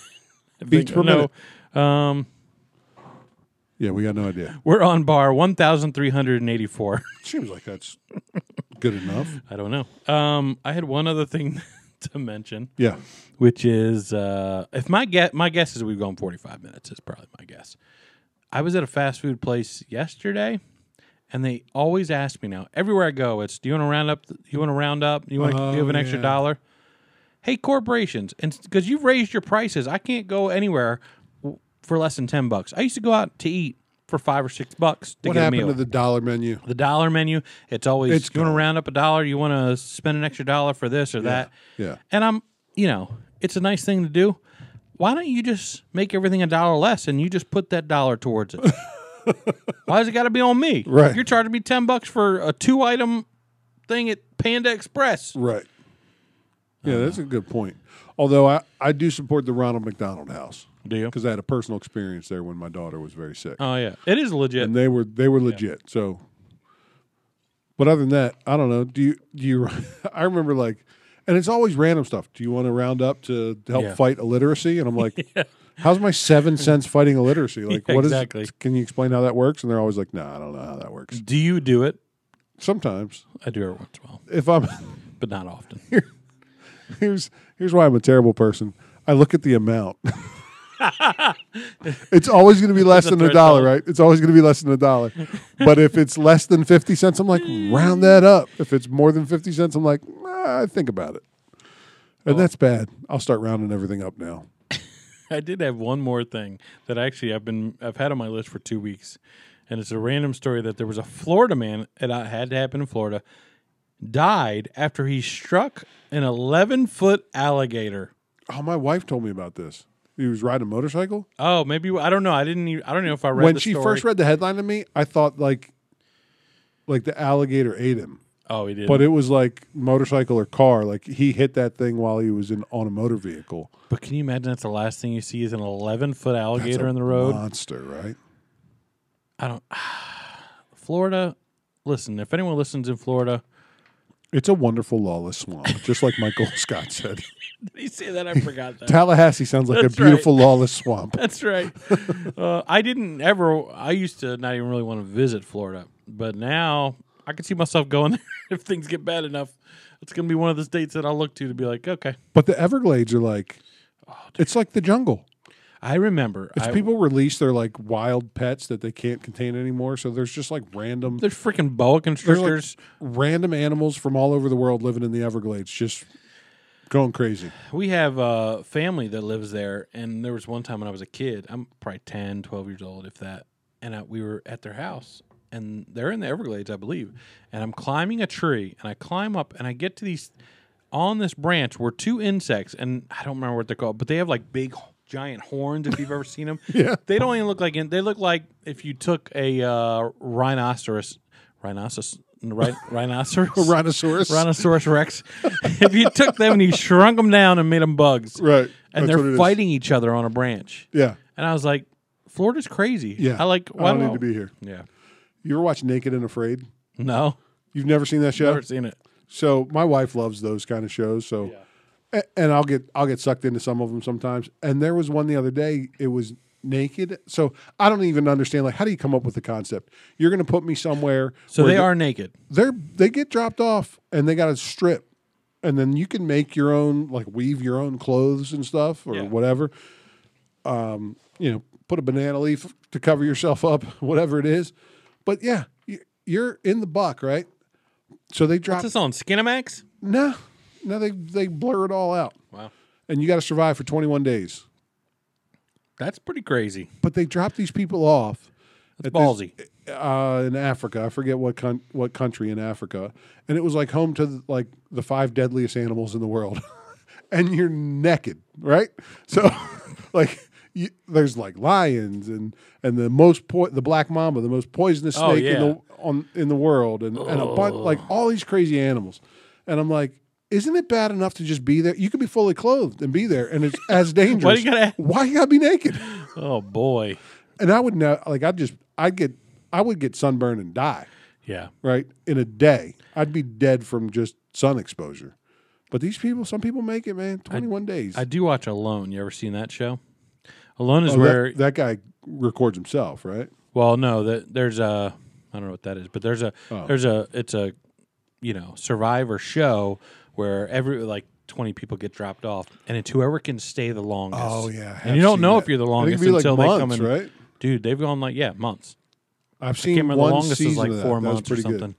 J: I
I: Beats
J: think-
I: per
J: no,
I: minute.
J: Um,
I: Yeah, we got no idea.
J: we're on bar one thousand three hundred and eighty-four.
I: Seems like that's good enough.
J: I don't know. Um, I had one other thing to mention,
I: Yeah.
J: which is uh, if my guess, my guess is we've gone 45 minutes. Is probably my guess. I was at a fast food place yesterday, and they always ask me now. Everywhere I go, it's do you want to round up? You want to round up? You want?
I: Oh,
J: do you have an extra
I: yeah.
J: dollar? Hey, corporations, and because you've raised your prices, I can't go anywhere w- for less than 10 bucks. I used to go out to eat for five or six bucks to
I: What
J: get a
I: happened
J: meal
I: to the dollar menu?
J: the dollar menu. It's always
I: It's
J: you want to
I: gone.
J: round up a dollar, you want to spend an extra dollar for this or that.
I: Yeah.
J: And I'm, you know, it's a nice thing to do. Why don't you just make everything a dollar less and you just put that dollar towards it? Why does it got to be on me?
I: Right.
J: You're charging me 10 bucks for a two item thing at Panda Express.
I: Right. Yeah, that's a good point. Although I, I do support the Ronald McDonald House
J: Do you?
I: because I had a personal experience there when my daughter was very sick,
J: Oh, yeah. It is legit.
I: and they were they were legit. So, but other than that, I don't know. Do you do you? I remember like, and it's always random stuff. Do you want to round up to help
J: Yeah.
I: fight illiteracy? And I'm like, how's my seven cents fighting illiteracy? Like,
J: Yeah,
I: what is?
J: exactly.
I: Can you explain how that works? And they're always like, no, I don't know how that works.
J: do you do it?
I: Sometimes
J: I do it once in a while,
I: if I'm
J: but not often.
I: here's here's why I'm a terrible person. I look at the amount. it's always going to be less
J: a
I: than a
J: threshold.
I: dollar, right? It's always going to be less than a dollar. but if it's less than 50 cents, I'm like, round that up. If it's more than 50 cents, I'm like, ah, think about it. And that's bad. I'll start rounding everything up now.
J: I did have one more thing that actually I've been I've had on my list for two weeks, and it's a random story that there was a Florida man and it had to happen in Florida, died after he struck an eleven foot alligator.
I: Oh, my wife told me about this. He was riding a motorcycle.
J: Oh, maybe I don't know. I didn't. Even, I don't know if I read
I: when
J: the
I: she
J: story.
I: first read the headline to me, I thought like like the alligator ate him.
J: Oh, he did.
I: But it was like motorcycle or car. Like he hit that thing while he was in on a motor vehicle.
J: but can you imagine? That's the last thing you see is an eleven foot
I: That's
J: alligator
I: a
J: in the road.
I: Monster, right?
J: I don't. Florida. Listen, if anyone listens in Florida,
I: It's a wonderful lawless swamp, just like Michael Scott said.
J: did he say that? I forgot that.
I: Tallahassee sounds like
J: That's
I: a beautiful lawless swamp.
J: That's right. uh, I didn't ever. I used to not even really want to visit Florida, but now I can see myself going there if things get bad enough. It's going to be one of the states that I'll look to to be like, okay.
I: But the Everglades are like, it's like the jungle.
J: I remember.
I: It's
J: Oh, I,
I: people release their like wild pets that they can't contain anymore. So there's just like random,
J: There's freaking
I: there's
J: boa
I: like
J: constrictors.
I: random animals from all over the world living in the Everglades, just going crazy.
J: we have a family that lives there, and there was one time when I was a kid. I'm probably 10, 12 years old, if that. And I, we were at their house, and they're in the Everglades, I believe. And I'm climbing a tree, and I climb up, and I get to these. On this branch were two insects, and I don't remember what they're called, but they have like big, giant horns. If you've ever seen them,
I: Yeah.
J: they don't even look like. in- They look like if you took a uh, rhinoceros, rhinoceros, rhin- rhinoceros,
I: A rhinoceros,
J: Rhinoceros Rex. if you took them and you shrunk them down and made them bugs,
I: right?
J: and
I: That's what it
J: they're
I: is.
J: fighting each other on a branch,
I: Yeah,
J: and I was like, "Florida's crazy."
I: yeah.
J: I like. Why
I: I don't
J: do
I: need to be here.
J: Yeah,
I: You ever watch Naked and Afraid?
J: no,
I: You've never seen that show?
J: never seen it.
I: So my wife loves those kind of shows. So, a- and I'll get I'll get sucked into some of them sometimes. And there was one the other day. It was naked. So I don't even understand. Like, how do you come up with the concept? You're going to put me somewhere.
J: So
I: where
J: they
I: the-
J: are naked.
I: They're they get dropped off and they got to strip, and then you can make your own like weave your own clothes and stuff or
J: Yeah.
I: whatever. Um, you know, put a banana leaf to cover yourself up, whatever it is. But yeah, you- you're in the buck, right? So they drop
J: What's this on Skinamax?
I: no, no, they they blur it all out,
J: Wow,
I: and you got to survive for 21 days.
J: that's pretty crazy.
I: But they drop these people off at
J: That's
I: this-
J: ballsy.
I: uh, in Africa. I forget what con- what country in Africa, and it was like home to like the five deadliest animals in the world, and you're naked, right? So, like. You, there's like lions and and the most po- the black mamba, the most poisonous snake
J: Oh,
I: in
J: yeah.
I: the on in the world, and and a bunch like all these crazy animals, and I'm like, isn't it bad enough to just be there? You could be fully clothed and be there, and it's as dangerous.
J: Why do you gotta-
I: Why you gotta be naked?
J: Oh boy.
I: and I would know, like, I'd just, I'd get, I would get sunburned and die,
J: Yeah.
I: right? In a day, I'd be dead from just sun exposure. But these people, some people make it, man. Twenty-one days.
J: I do watch Alone. You ever seen that show? Alone is
I: Oh, that-
J: where
I: that, guy records himself, right?
J: well, no, that there's a I don't know what that is, but there's a
I: Oh.
J: there's a it's a you know, survivor show where every like 20 people get dropped off and it's whoever can stay the longest.
I: Oh, yeah, I have
J: And you don't
I: seen
J: know
I: that.
J: if you're the
I: I think
J: longest
I: it'd be like
J: until they come
I: months,
J: and
I: right?
J: Dude, they've gone like yeah, months.
I: I've
J: I can't
I: seen
J: remember the
I: one
J: longest
I: season
J: is like
I: of that.
J: four
I: That was
J: months or
I: pretty good.
J: something.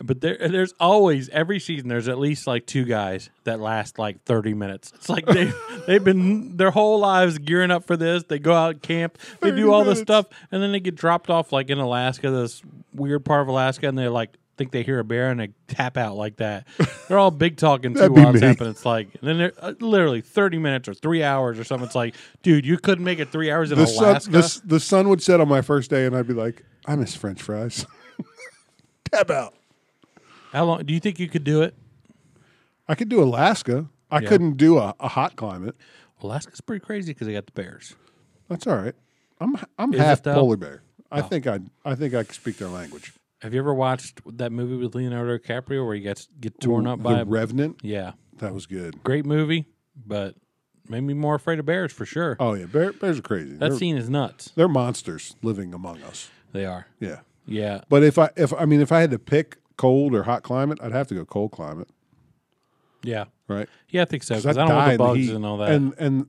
J: But there, there's always every season. There's at least like two guys that last like 30 minutes. It's like they they've been their whole lives gearing up for this. They go out camp, they
I: 30
J: do all this
I: minutes.
J: stuff, and then they get dropped off like in Alaska, this weird part of Alaska, and they like think they hear a bear and they tap out like that. They're all big talking too
I: That'd be
J: while it's
I: me.
J: happening. It's like and then they're uh, literally 30 minutes or three hours or something. It's like, dude, you couldn't make it three hours in
I: The
J: Alaska.
I: sun, the, s- the sun would set on my first day, and I'd be like, I miss French fries. Tab out.
J: How long do you think you could do it?
I: I could do Alaska. I couldn't do a, a hot climate.
J: Alaska's pretty crazy because they got the bears.
I: That's all right. I'm I'm
J: Is
I: half
J: it, though?
I: polar bear. I think I I think I can speak their language.
J: Have you ever watched that movie with Leonardo DiCaprio where he gets get torn up
I: the
J: by? A,
I: Revenant.
J: yeah,
I: That was good.
J: great movie, but made me more afraid of bears for sure.
I: Oh yeah, bear, bears are crazy.
J: that
I: they're,
J: scene is nuts.
I: they're monsters living among us.
J: They are.
I: Yeah.
J: Yeah,
I: But if I if I mean if I had to pick cold or hot climate, I'd have to go cold climate,
J: yeah,
I: right?
J: yeah. I think so
I: 'Cause
J: because
I: I'd
J: I
I: die
J: don't want
I: in
J: the
I: the
J: bugs
I: heat.
J: and all that.
I: And and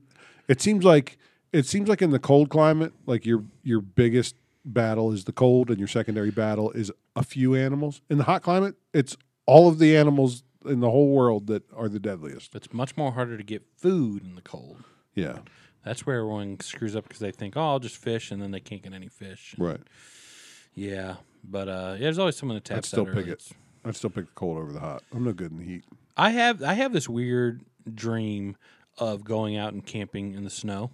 I: it seems like it seems like in the cold climate, like your your biggest battle is the cold, and your secondary battle is a few animals. In the hot climate, it's all of the animals in the whole world that are the deadliest.
J: it's much more harder to get food in the cold.
I: Yeah.
J: That's where everyone screws up because they think, "Oh, I'll just fish," and then they can't get any fish.
I: Right.
J: Yeah, but uh, yeah, there's always someone that taps.
I: I'd still
J: out early.
I: pick it. I'd still pick the cold over the hot. I'm no good in the heat.
J: I have I have this weird dream of going out and camping in the snow,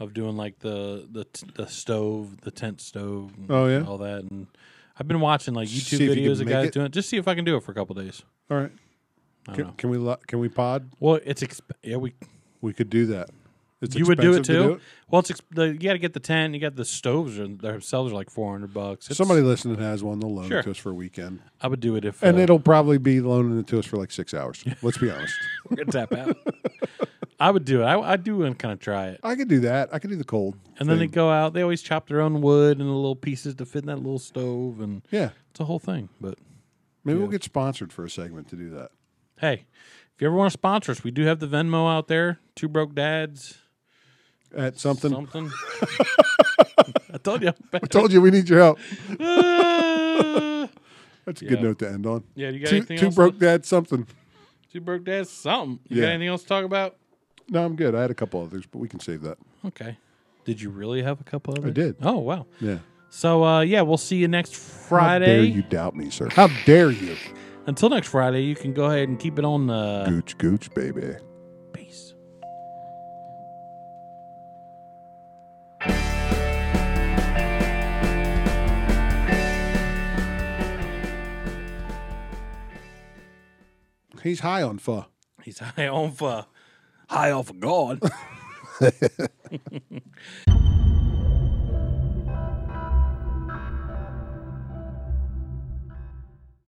J: of doing like the the t- the stove, the tent stove. And
I: Oh, yeah?
J: all that. And I've been watching like YouTube
I: See if you can
J: videos of
I: make
J: guys
I: it?
J: doing it. Just see if I can do it for a couple days.
I: All right. Can, can we lo- can we pod?
J: Well, it's exp- yeah we
I: We could do that. It's
J: you would do it
I: expensive to
J: too. Well, it's exp- the, you got to get the tent. You got the stoves are, themselves are like four hundred bucks. It's-
I: Somebody listening has one. They'll loan
J: Sure.
I: it to us for a weekend,
J: I would do it if
I: and
J: uh,
I: it'll probably be loaning it to us for like six hours. Let's be honest.
J: we're gonna tap out. I would do it. I, I do want to kind of try it.
I: I could do that. I could do the cold.
J: And then they
I: thing.
J: go out. They always chop their own wood and the little pieces to fit in that little stove, and
I: yeah,
J: it's a whole thing. But
I: maybe we'll get sponsored for a segment to do that.
J: hey, if you ever want to sponsor us, we do have the Venmo out there. Two broke dads.
I: At something.
J: Something. I told you. I'm bad.
I: Told you we need your help.
J: Uh,
I: That's a good
J: Yeah.
I: note to end on.
J: Yeah, you got
I: two,
J: anything
I: two
J: else?
I: broke dad something.
J: two broke dads. Something. You
I: Yeah.
J: got anything else to talk about?
I: No, I'm good. I had a couple others, but we can save that.
J: Okay. Did you really have a couple of?
I: I did.
J: Oh wow.
I: Yeah.
J: So uh, yeah, we'll see you next Friday.
I: How dare you doubt me, sir? How dare you?
J: Until next Friday, you can go ahead and keep it on the
I: Gooch, gooch, baby.
J: peace.
I: He's high on pho.
J: He's high on for high off of God.